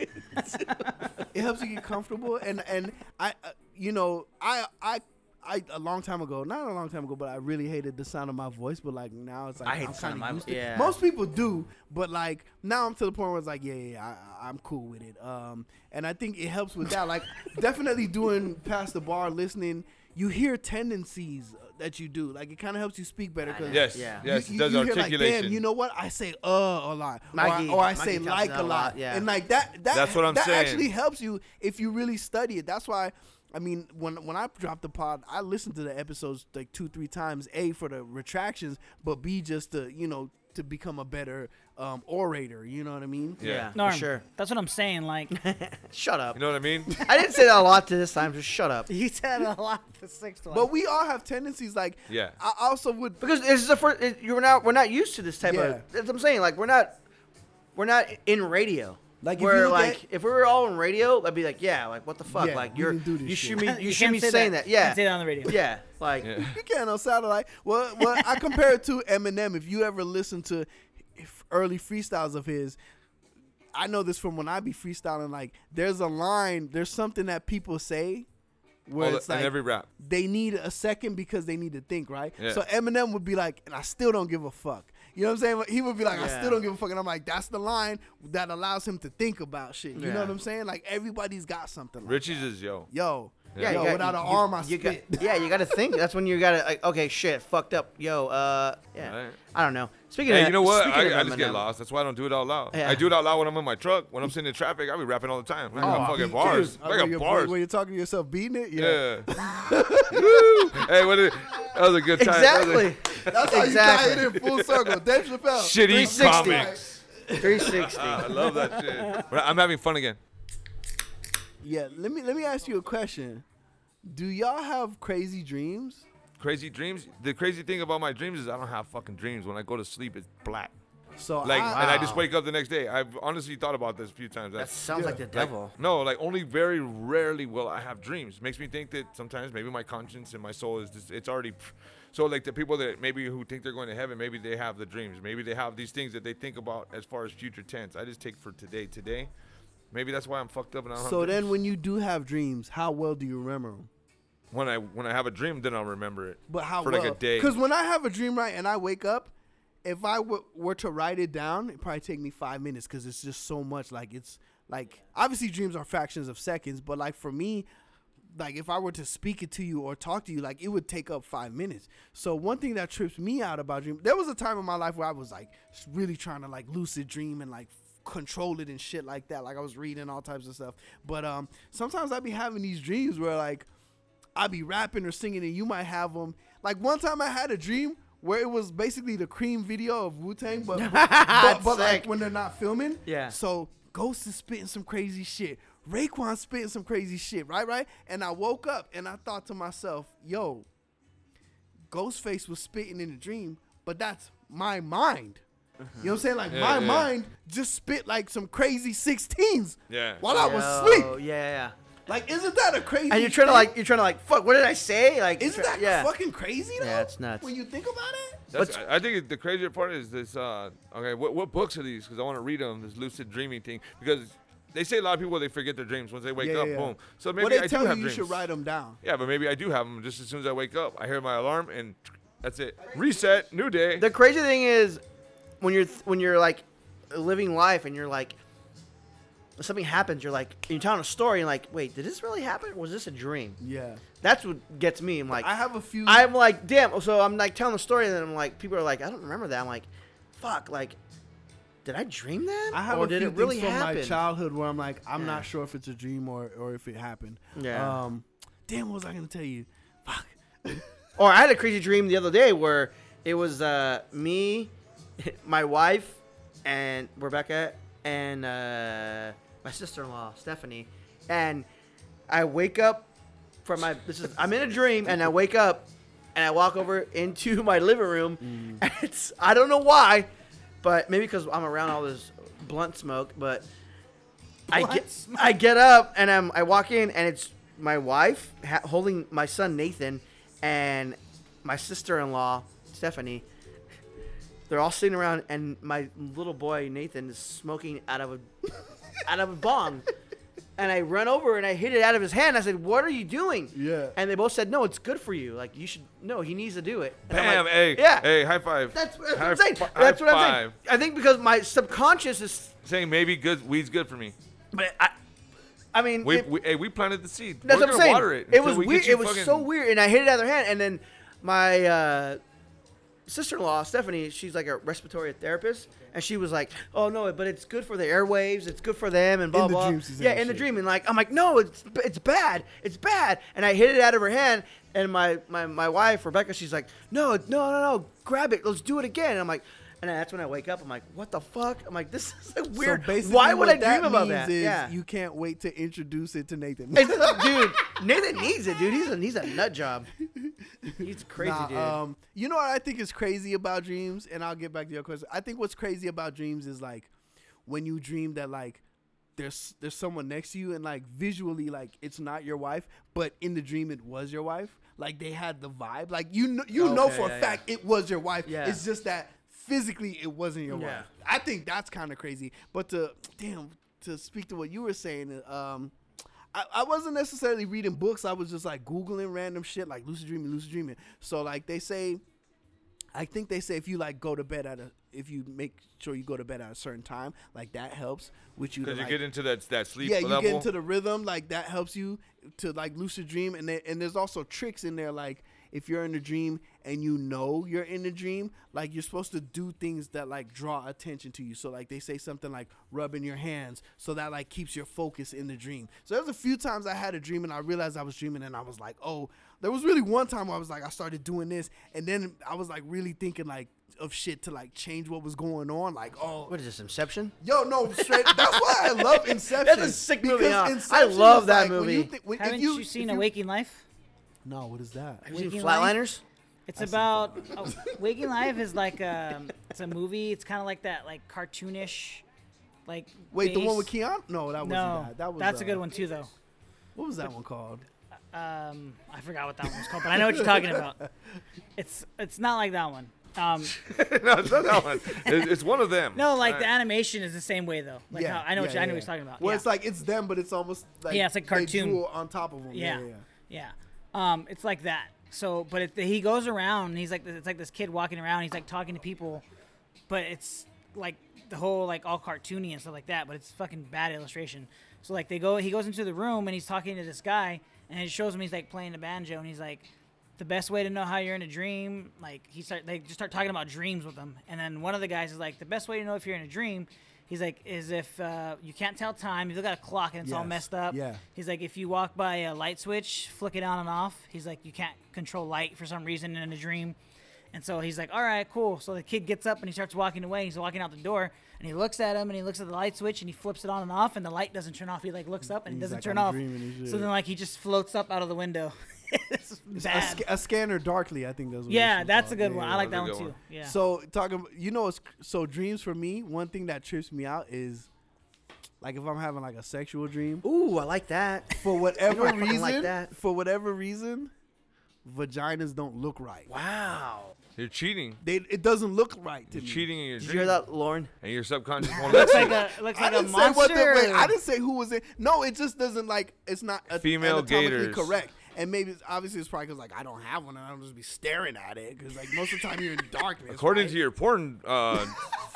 it helps you get comfortable, and and I, uh, you know, I I I a long time ago, not a long time ago, but I really hated the sound of my voice. But like now, it's like I hate I'm the sound of kinda my used vo- to- yeah. Most people do, but like now I'm to the point where it's like, yeah, yeah, yeah, I, I- I'm cool with it. Um, and I think it helps with that. Like definitely doing past the bar, listening, you hear tendencies that you do. Like it kind of helps you speak better. Cause Yes, Yeah. yes, it does articulation. Like, Damn, you know what? I say uh a lot, Or I- Mikey- or I, Mikey say tells like that a a lot, lot, yeah. and like that. that That's what I'm that saying. actually helps you if you really study it. That's why. I mean, when when I dropped the pod, I listened to the episodes like two, three times. A for the retractions, but B just to you know to become a better um, orator. You know what I mean? Yeah. Yeah, Norm, for sure. That's what I'm saying. Like Shut up. You know what I mean? I didn't say that a lot to this time. Just shut up. you said a lot. The sixth one. But we all have tendencies. Like Yeah. I also would. Because this is the first. It, you're not. We're not used to this type Yeah. of. That's what I'm saying. Like we're not. We're not in radio. Like, if you where look like at- if we were all in radio, I'd be like, yeah, like what the fuck, Yeah, like we you're didn't do this you shit. should be you, You should can't be say saying that. that, You yeah, can't say that on the radio. yeah, like Yeah. You can't on satellite. Well, well, I compare it to Eminem. If you ever listen to if early freestyles of his, I know this from when I be freestyling. Like, there's a line, there's something that people say where All the- it's like in every rap. they need a second because they need to think, right? Yeah. So Eminem would be like, and I still don't give a fuck. You know what I'm saying? He would be like, I Yeah. still don't give a fuck. And I'm like, that's the line that allows him to think about shit. You know Yeah. what I'm saying? Like, everybody's got something. Like, Richie's is yo. yo, yeah, yo, you got- without you- an you- arm, I you spit. Got, yeah, you got to think. That's when you got to like, okay, shit, fucked up, yo, uh, yeah, Right. I don't know. Speaking Hey, of, you know what? speaking I, I of just get Eminem, lost. That's why I don't do it out loud. Yeah. I do it out loud when I'm in my truck. When I'm sitting in traffic, I be rapping all the time. I got fucking beat- bars. Dude, I when got you're- bars. When you're talking to yourself, beating it, yeah. Yeah. Woo! Hey, what? Is, that was a good time. That was a- Exactly. That's how Exactly. you tie it in full circle. Dave Chappelle. Shitty 360. comics. 360. I love that shit. But I'm having fun again. Yeah, let me let me ask you a question. Do y'all have crazy dreams? Crazy dreams. The crazy thing about my dreams is I don't have fucking dreams. When I go to sleep, it's black. So Like, I, and I just wake up the next day. I've honestly thought about this a few times. that That's sounds like the Like, devil. no, like only very rarely will I have dreams. Makes me think that sometimes maybe my conscience and my soul is just, it's already. So like the people that maybe who think they're going to heaven, maybe they have the dreams. Maybe they have these things that they think about as far as future tense. I just take for today, today. Maybe that's why I'm fucked up and I don't. so have then, dreams. when you do have dreams, how well do you remember them? when I when I have a dream, then I'll remember it. But how for well? like a day? Because when I have a dream right and I wake up, if I w- were to write it down, it probably take me five minutes because it's just so much. Like it's like obviously dreams are fractions of seconds, but like for me, like if I were to speak it to you or talk to you, like it would take up five minutes. So one thing that trips me out about dream, there was a time in my life where I was like s- really trying to like lucid dream and like f- control it and shit like that. Like I was reading all types of stuff, but um sometimes I'd be having these dreams where like i be rapping or singing, and you might have them. Like one time, I had a dream where it was basically the Cream video of Wu Tang, but but, but like Sick. when they're not filming. Yeah. So Ghost is spitting some crazy shit. Raekwon spitting some crazy shit. Right, right. And I woke up and I thought to myself, "Yo, Ghostface was spitting in a dream, but that's my mind." You know what I'm saying? Like Yeah, my yeah. mind just spit like some crazy 16s Yeah. while I was Yo, asleep. Yeah, yeah. Like, isn't that a crazy? And you're trying to thing? like you're trying to like fuck. What did I say? Like Isn't you're try- that yeah. fucking crazy though? Yeah, it's nuts. When you think about it, That's, I I think the crazier part is this. Uh, okay, what, what books are these? Because I want to read them. This lucid dreaming thing. Because they say a lot of people they forget their dreams once they wake up. Boom. So maybe well, they I tell do you have you dreams. should write them down. Yeah, but maybe I do have them. Just as soon as I wake up, I hear my alarm and that's it. Reset. New day. The crazy thing is when you're th- when you're like living life and you're like something happens. You're like and you're telling a story and like wait, did this really happen? Or was this a dream? Yeah, That's what gets me. I'm like I have a few. I'm like damn. So I'm like telling a story and then I'm like people are like I don't remember that. I'm like fuck like. Did I dream that? I have or a did few it really things from happen? my childhood where I'm like, I'm Yeah. not sure if it's a dream or or if it happened. Yeah. Um, damn, what was I gonna tell you? Fuck. Or I had a crazy dream the other day where it was uh, me, my wife, and Rebecca, and uh, my sister-in-law Stephanie, and I wake up from my. This is I'm in a dream, and I wake up, and I walk over into my living room, and it's I don't know why, but maybe because I'm around all this blunt smoke, but I get I get up and I'm I walk in and it's my wife ha- holding my son Nathan and my sister-in-law Stephanie. They're all sitting around and my little boy Nathan is smoking out of a out of a bong. And I run over and I hit it out of his hand. I said, "What are you doing?" Yeah. And they both said, "No, it's good for you. Like you should. No, he needs to do it." And I'm Bam! like, hey, Yeah. hey, high five. That's, that's what High I'm saying. fi- that's high what I'm saying. five. I think because my subconscious is. Saying maybe good weed's good for me. But I, I mean, We, if- we, hey, we planted the seed. that's We're what I'm gonna saying. Water it. it until was we get weird. you It was so fucking- weird, and I hit it out of their hand. And then my uh, sister-in-law Stephanie, she's like a respiratory therapist, and she was like, "Oh no, but it's good for the airwaves. It's good for them." And blah the blah. dream she's yeah, in in the shit. dream, and like I'm like, "No, it's it's bad. It's bad." And I hit it out of her hand, and my my my wife Rebecca, she's like, "No, no, no, no, grab it. Let's do it again." And I'm like. And that's when I wake up. I'm like, "What the fuck?" I'm like, "This is like weird. Why would I what dream that about means that?" is yeah, You can't wait to introduce it to Nathan. it's, dude, Nathan needs it, dude. He's a he's a nut job. He's crazy, Nah, dude. Um, you know what I think is crazy about dreams, and I'll get back to your question. I think what's crazy about dreams is like when you dream that like there's there's someone next to you, and like visually like it's not your wife, but in the dream it was your wife. Like they had the vibe. Like you know you know Okay, for Oh, yeah, a fact it was your wife. Yeah. It's just that physically it wasn't your Yeah. wife. I think that's kind of crazy. But to damn to speak to what you were saying, um. I, I wasn't necessarily reading books. I was just like Googling random shit like lucid dreaming, lucid dreaming. So like they say, I think they say if you like go to bed at a, if you make sure you go to bed at a certain time, like that helps with you. To, Because you like, get into that that sleep yeah, level. you get into the rhythm. Like that helps you to like lucid dream, and there, and there's also tricks in there. Like if you're in a dream and you know you're in a dream, like you're supposed to do things that like draw attention to you. So like they say something like rubbing your hands, so that like keeps your focus in the dream. So there's a few times I had a dream and I realized I was dreaming, and I was like, oh, there was really one time where I was like, I started doing this, and then I was like really thinking like of shit to like change what was going on. Like oh, what is this, Inception? Yo, no, straight. That's why I love Inception. That's a sick movie, Because huh? I Inception love is that like, when movie. you thi- when- if Haven't you, seen if A Waking Life? No, what is that? You seen Waking Flatliners? It's about oh, Waking Life is like a it's a movie. It's kind of like that like cartoonish, like Wait, the one base- with Keanu? No, that wasn't No, that. That was that's a uh, good one too, though. What was that one called? Um, I forgot what that one was called, but I know what you're talking about. It's it's not like that one. Um, no, it's not that one. It's, it's one of them. no, like All the right. animation is the same way though. Like yeah, how, I know what yeah, you, I know yeah. what you're talking about. Well, yeah. it's like it's them, but it's almost like Yeah, it's like they cartoon. drool on top of them. Yeah, Yeah. yeah. yeah. Yeah. Um, it's like that. So, but it, he goes around and he's like, it's like this kid walking around. He's like talking to people, but it's like the whole like all cartoony and stuff like that. But it's fucking bad illustration. So like they go, he goes into the room and he's talking to this guy, and it shows him he's like playing the banjo, and he's like, the best way to know how you're in a dream, like he start, they just start talking about dreams with him, and then one of the guys is like, the best way to know if you're in a dream. He's like, is if uh, you can't tell time, you look at a clock and it's all Yes. messed up. Yeah. He's like, if you walk by a light switch, flick it on and off. He's like, you can't control light for some reason in a dream. And so he's like, all right, cool. So the kid gets up and he starts walking away. He's walking out the door and he looks at him and he looks at the light switch and he flips it on and off and the light doesn't turn off. He like looks up and it He's doesn't like, turn "I'm off. dreaming and shit. So then like he just floats up out of the window. it's A, bad. sc- a scanner darkly, I think that's. What this yeah, was that's called. a good Yeah, one. yeah, I like that that's a good one too. one. Yeah. So talking, ab- you know, it's so dreams for me. One thing that trips me out is like if I'm having like a sexual dream Ooh, I like that. for whatever I fucking reason. like that. For whatever reason, vaginas don't look right. Wow. You're cheating. They, it doesn't look right to You're me. cheating in your Did you dream, hear that, Lauren? and your subconscious won't let Looks like you. a looks I like a didn't say what monster. the wait, I didn't say who was in. No, it just doesn't like it's not a, Female anatomically gators. correct. And maybe it's, obviously it's probably because like I don't have one and I'll just be staring at it because like most of the time you're in darkness. According right? to your porn, uh,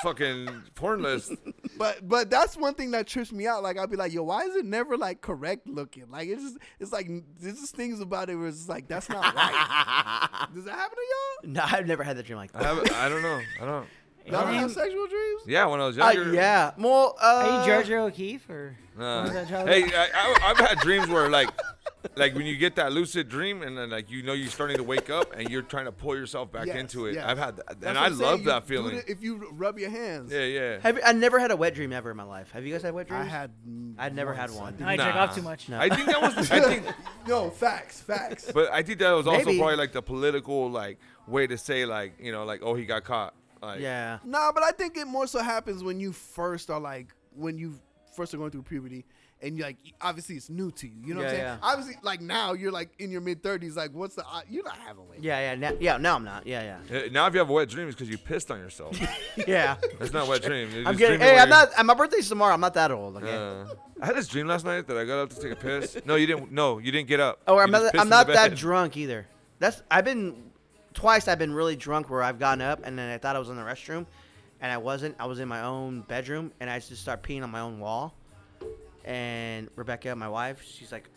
fucking porn list, but but that's one thing that trips me out. Like I'll be like, yo, why is it never like correct looking? Like it's just it's like there's just things about it where it's just like that's not right. Does that happen to y'all? No, I've never had that dream like I, that. have, I don't know. I don't. Y'all Um, don't have sexual dreams? Yeah, when I was Uh, younger. yeah. Well, uh, Are you Georgia O'Keefe or? Uh, What was that, Charlie? hey, I, I, I've had dreams where like, like when you get that lucid dream and then like you know you're starting to wake up and you're trying to pull yourself back Yes, into it. yes. I've had that, That's what and I I'm saying. love You that do feeling. it If you rub your hands, yeah, yeah. Have you, I never had a wet dream ever in my life. Have you guys had wet dreams? I had. I'd never had once, I one. I jerk Nah. off too much. I think that was. I think, No facts, facts. but I think that was also Maybe. probably like the political like way to say like you know like oh he got caught. Like, Yeah. Nah, but I think it more so happens when you first are like when you first are going through puberty, and you're like, obviously it's new to you. You know what I'm Yeah, saying? yeah. Obviously, like now you're like in your mid 30s. Like, what's the I- you're not having weight? Yeah, yeah, now, yeah. Now I'm not. Yeah, Uh, Now, if you have a wet dream, it's because you pissed on yourself. yeah, yeah. That's not a wet dream. You I'm just getting. dream Hey, away. I'm not. uh, My birthday's tomorrow. I'm not that old. Okay. Uh, I had this dream last night that I got up to take a piss. No, you didn't. No, you didn't get up. Oh, You I'm just not. pissed I'm in the not that bed. drunk either. That's. I've been twice. I've been really drunk where I've gotten up and then I thought I was in the restroom, and I wasn't. I was in my own bedroom and I just start peeing on my own wall. And Rebecca, my wife, she's like,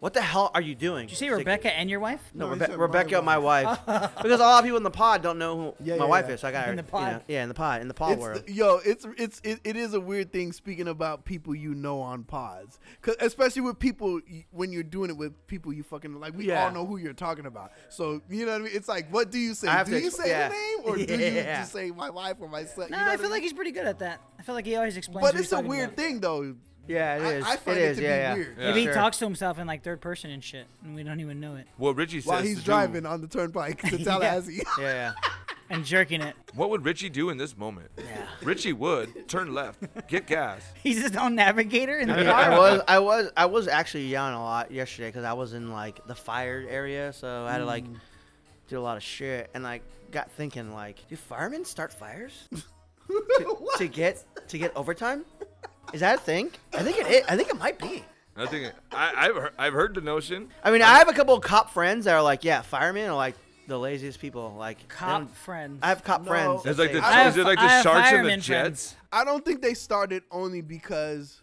"What the hell are you doing?" you see She's like, Rebecca and your wife? No, No, he Rebe- said my Rebecca, my wife, because a lot of people in the pod don't know who Yeah, my yeah, wife yeah. is. So I got In the her, you pod. know, yeah, in the pod, in the pod world. It's the- yo, it's it's it, it is a weird thing speaking about people you know on pods, 'Cause- especially with people y- when you're doing it with people you fucking like. We Yeah. all know who you're talking about, so you know what I mean. It's like, what do you say? I have Do to you expl- say yeah. the name or do you Yeah. just say my wife or my son? No, you know I what feel like mean? he's pretty good at that. I feel like he always explains. But what it's he's a talking weird about. thing though. yeah, it I- is. I find it it is. to be yeah, weird. Yeah. Maybe he Sure. talks to himself in like third person and shit, and we don't even know it. What Richie says While he's to do- driving on the turnpike to Tallahassee. yeah. Yeah, yeah. And jerking it. What would Richie do in this moment? Richie would turn left, get gas. He's his own navigator in the Yeah, I car. was, I was, I was actually yelling a lot yesterday because I was in like the fire area, so I had to like do a lot of shit, and like got thinking like, do firemen start fires to, to get to get overtime? Is that a thing? I think it. Is. I think it might be. I think I, I've heard, I've heard the notion. I mean, i have a couple of cop friends that are like, yeah, firemen are like the laziest people. Like they Cop don't- friends. I have cop No. friends. It's that like say- the I is it have- like I the have sharks and the fireman jets? I don't think they started only because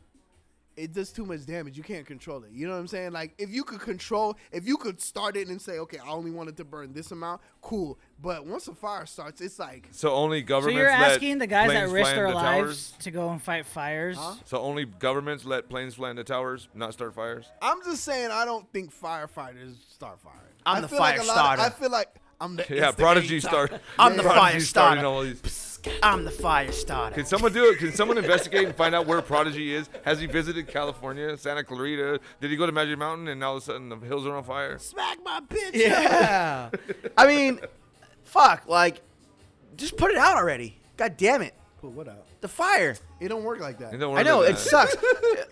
it does too much damage. You can't control it. You know what I'm saying? Like if you could control, if you could start it and say, okay, I only wanted to burn this amount, cool. But once a fire starts, it's like So only so governments. you're let asking the guys planes that fly risk into their lives Towers? to go and fight fires? So only governments let planes fly into towers, not start fires. I'm just saying, I don't think firefighters start firing. I'm I the feel like fire a lot of- I starter. feel like I'm the Yeah, instigator. prodigy start. I'm the Prodigy fire starting starter. all these- I'm the fire starter. Can someone do it? Can someone investigate and find out where Prodigy is? Has he visited California, Santa Clarita? Did he go to Magic Mountain and all of a sudden the hills are on fire? Smack my bitch. Yeah. I mean, fuck. Like, just put it out already. God damn it. Put what up? The fire. It don't work like that. You don't I wanna know do it that. sucks.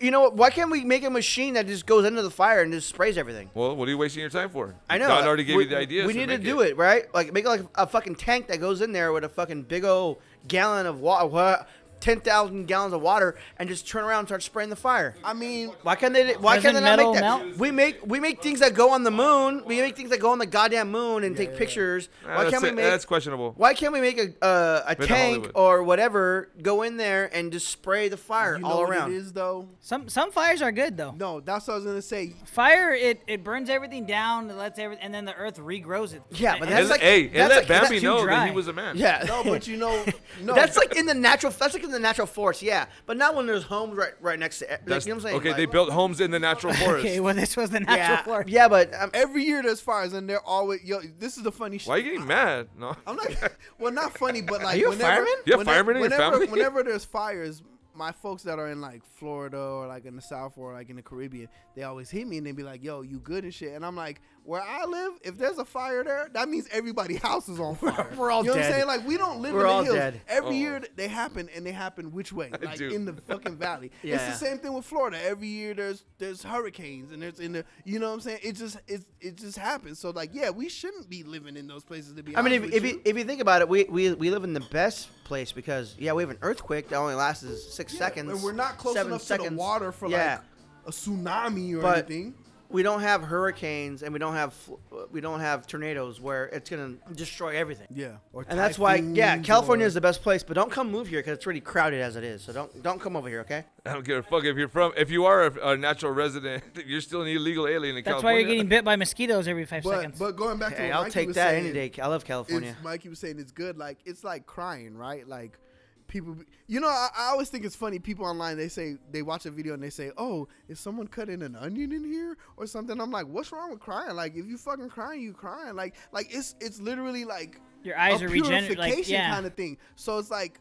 you know what? Why can't we make a machine that just goes into the fire and just sprays everything? Well, what are you wasting your time for? I know. God already gave we, you the idea. We so need to make do it. right? Like make like a fucking tank that goes in there with a fucking big old gallon of water, ten thousand gallons of water, and just turn around and start spraying the fire. I mean, Why can't they? Why Doesn't can't they not make metal that? melt? We make we make things that go on the moon. We make things that go on the goddamn moon and take pictures. Ah, why that's can't we it. make? That's questionable. Why can't we make a uh, a to tank Hollywood. or whatever go in there and just spray the fire you know all what around? it is though. Some some fires are good though. No, that's what I was gonna say. Fire it, it burns everything down, it lets everything, and then the earth regrows it. Yeah, And- but And that's let- like- hey, and that's let like- that's Bambi too know that dry. he was a man. Yeah. No, but you know, no. That's like in the natural. That's like in the natural forest, yeah. But not when there's homes right, right next to. e-, Like, That's- you know what I'm saying? okay, Like- they built homes in the natural forest. okay, well this was the natural Yeah, forest. yeah, but um, every year there's fires and they're always yo. This is the funny shit. Why are you getting mad? No. I'm not. Well, not funny, but like you a whenever, fireman? You a whenever, fireman in your whenever, family? whenever there's fires, my folks that are in like Florida or like in the South or like in the Caribbean, they always hit me and they be like, "Yo, you good and shit." And I'm like, "Where I live, if there's a fire there, that means everybody's house is on fire. we're all you know What dead. I'm saying? Like we don't live We're in the all hills. dead. Every Oh. year they happen and they happen which way? Like do. in the fucking valley. Yeah, it's yeah. the same thing with Florida. Every year there's there's hurricanes and there's in the you know what I'm saying. It just it, it just happens. So like yeah, we shouldn't be living in those places to be. I mean, honest if, with if, you. you, if you think about it, we, we, we live in the best place because yeah, we have an earthquake that only lasts is six seconds. And we're not close seven enough seconds. to the water for yeah. like a tsunami or But- anything. we don't have hurricanes and we don't have fl- we don't have tornadoes where it's gonna destroy everything. Yeah. Or And that's why, yeah, typhoons California or- is the best place, but don't come move here because it's really crowded as it is. So don't don't come over here, okay? I don't give a fuck if you're from. If you are a, a natural resident, you're still an illegal alien in That's why California. you're getting bit by mosquitoes every five But, seconds. but going back to Hey, what I'll Mikey take was that saying, any day. I love California. It's, Mikey was saying it's good. Like it's like crying, right? Like people, be- you know, I, I always think it's funny. People online they say they watch a video and they say, "Oh, is someone cutting an onion in here or something?" I'm like, "What's wrong with crying? Like if you fucking crying, you crying. Like like it's it's literally like Your eyes a are regenerating. Like, purification yeah. kind of thing. So it's like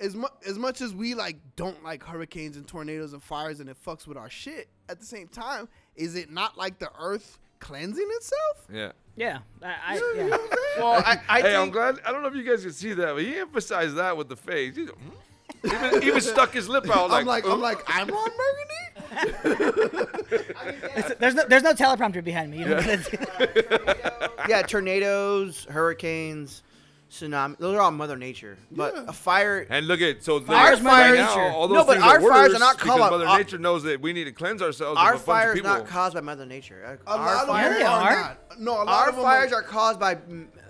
as much as much as we like don't like hurricanes and tornadoes and fires and it fucks with our shit. At the same time, is it not like the earth cleansing itself? yeah. yeah, I, I, yeah. well, I, I Hey, I'm think glad. I don't know if you guys can see that, but he emphasized that with the face. He's- Even, even stuck his lip out. Like, I'm like, "Ooh." I'm like, I'm Ron Burgundy. There's no, there's no teleprompter behind me. You know yeah. yeah, tornadoes, hurricanes, tsunami. Those are all Mother Nature. But a fire. And look at so the Fires, right Mother now, Nature. all those No, but things our are worse fires are not because colour- Mother our- Nature knows that we need to cleanse ourselves. Our of a bunch of fires people. not caused by Mother Nature. A lot Our, of fire- them they are. not. No, a lot our of them fires are caused by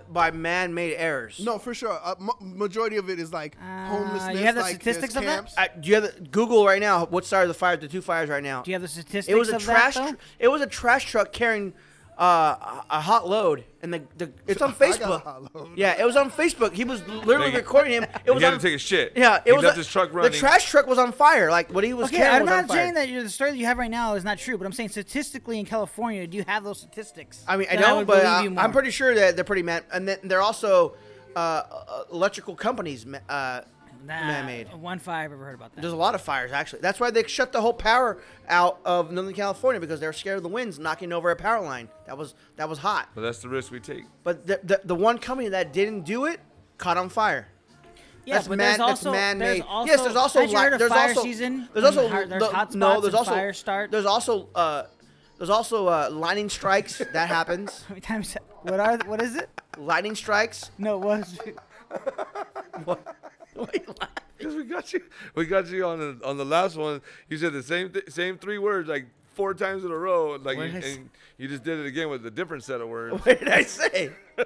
by man-made errors. No, for sure. A mo- majority of it is like homelessness. Uh, you have the like, there's statistics of that? camps. I, do you have the, Google right now? What started the fire? The two fires right now. Do you have the statistics it was a of trash. that, tr- it was a trash truck carrying uh, a, a hot load, and the, the it's on I got a Facebook. hot load. Yeah, it was on Facebook. He was literally Like, recording him. It was he had on- to take a shit. Yeah, it He was left a- his truck The running. trash truck was on fire. Like what he was Okay, carrying I'm was on not fire. saying that you're, the story that you have right now is not true, but I'm saying statistically in California, do you have those statistics? I mean, I Then don't, would but believe I, you more. I'm pretty sure that they're pretty mad, and then they're also uh, uh, electrical companies ma- uh, Nah, man-made. One fire I've ever heard about that. There's a lot of fires actually. That's why they shut the whole power out of Northern California because they were scared of the winds knocking over a power line that was that was hot. But that's the risk we take. But the the, the one company that didn't do it caught on fire. yeah, that's but man, there's also, that's man-made. There's also, yes, there's also haven't you li- heard of there's fire also season. there's when also har- there's the- hot no, spots there's and also fire start. There's also uh, there's also uh, lightning strikes that happens. How many times? What are? What is it? lightning strikes. No, it was. Because we got you, we got you on the on the last one. You said the same th- same three words like four times in a row. Like you, What did I say? and you just did it again with a different set of words. What did I say? Oh.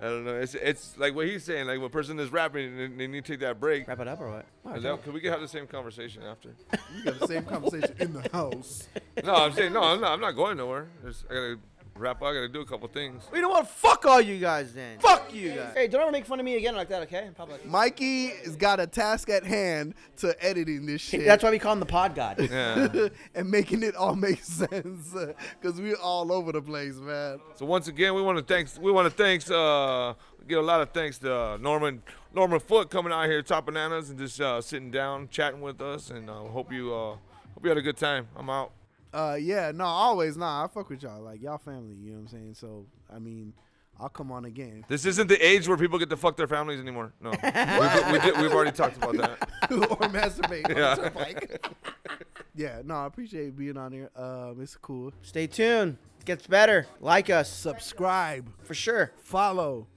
I don't know. It's it's like what he's saying. Like when a person is rapping and then you take that break. Wrap it up or what? Is that- Could we have the same conversation after? We have the same conversation in the house. No, I'm saying no. I'm not. I'm not going nowhere. There's, I gotta wrap up. I gotta do a couple things. You know what? Fuck all you guys then. Fuck you guys. Hey, don't ever make fun of me again like that, okay? In public. Mikey has got a task at hand to editing this shit. That's why we call him the pod god. Yeah. and making it all make sense because we're all over the place, man. So once again, we want to thanks. We want to thanks. Uh, give a lot of thanks to uh, Norman Norman Foot coming out here, top bananas, and just uh, sitting down, chatting with us. And uh, hope you uh, hope you had a good time. I'm out. Uh, yeah, no, always, nah. I fuck with y'all, like y'all family. You know what I'm saying? So, I mean, I'll come on again. This isn't the age where people get to fuck their families anymore. No, we've, we did, we've already talked about that. or masturbate. on the Yeah. turnpike. yeah, no, I appreciate being on here. Um, it's cool. Stay tuned. It gets better. Like us Subscribe, for sure. follow,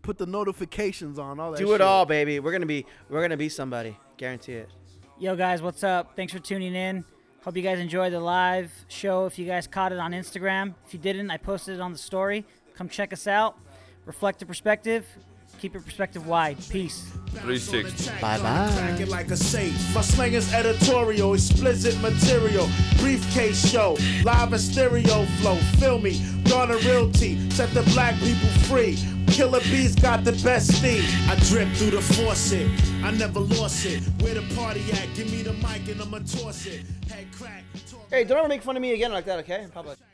put the notifications on. All that. Do it shit. all, baby. We're gonna be we're gonna be somebody. Guarantee it. Yo, guys, what's up? Thanks for tuning in. Hope you guys enjoyed the live show. If you guys caught it on Instagram, if you didn't, I posted it on the story. Come check us out. Reflective perspective. Keep your perspective wide. Peace. Three six. Bye bye. like a safe. My slang is editorial, explicit material. Briefcase show, live and stereo flow. Feel me, Garner Realty, set the black people free. Killer bees got the best steam. I drip through the faucet, I never lost it. Where the party at? Give me the mic and I'ma toss it. Head crack. talk- Hey, don't ever make fun of me again like that, okay? In public.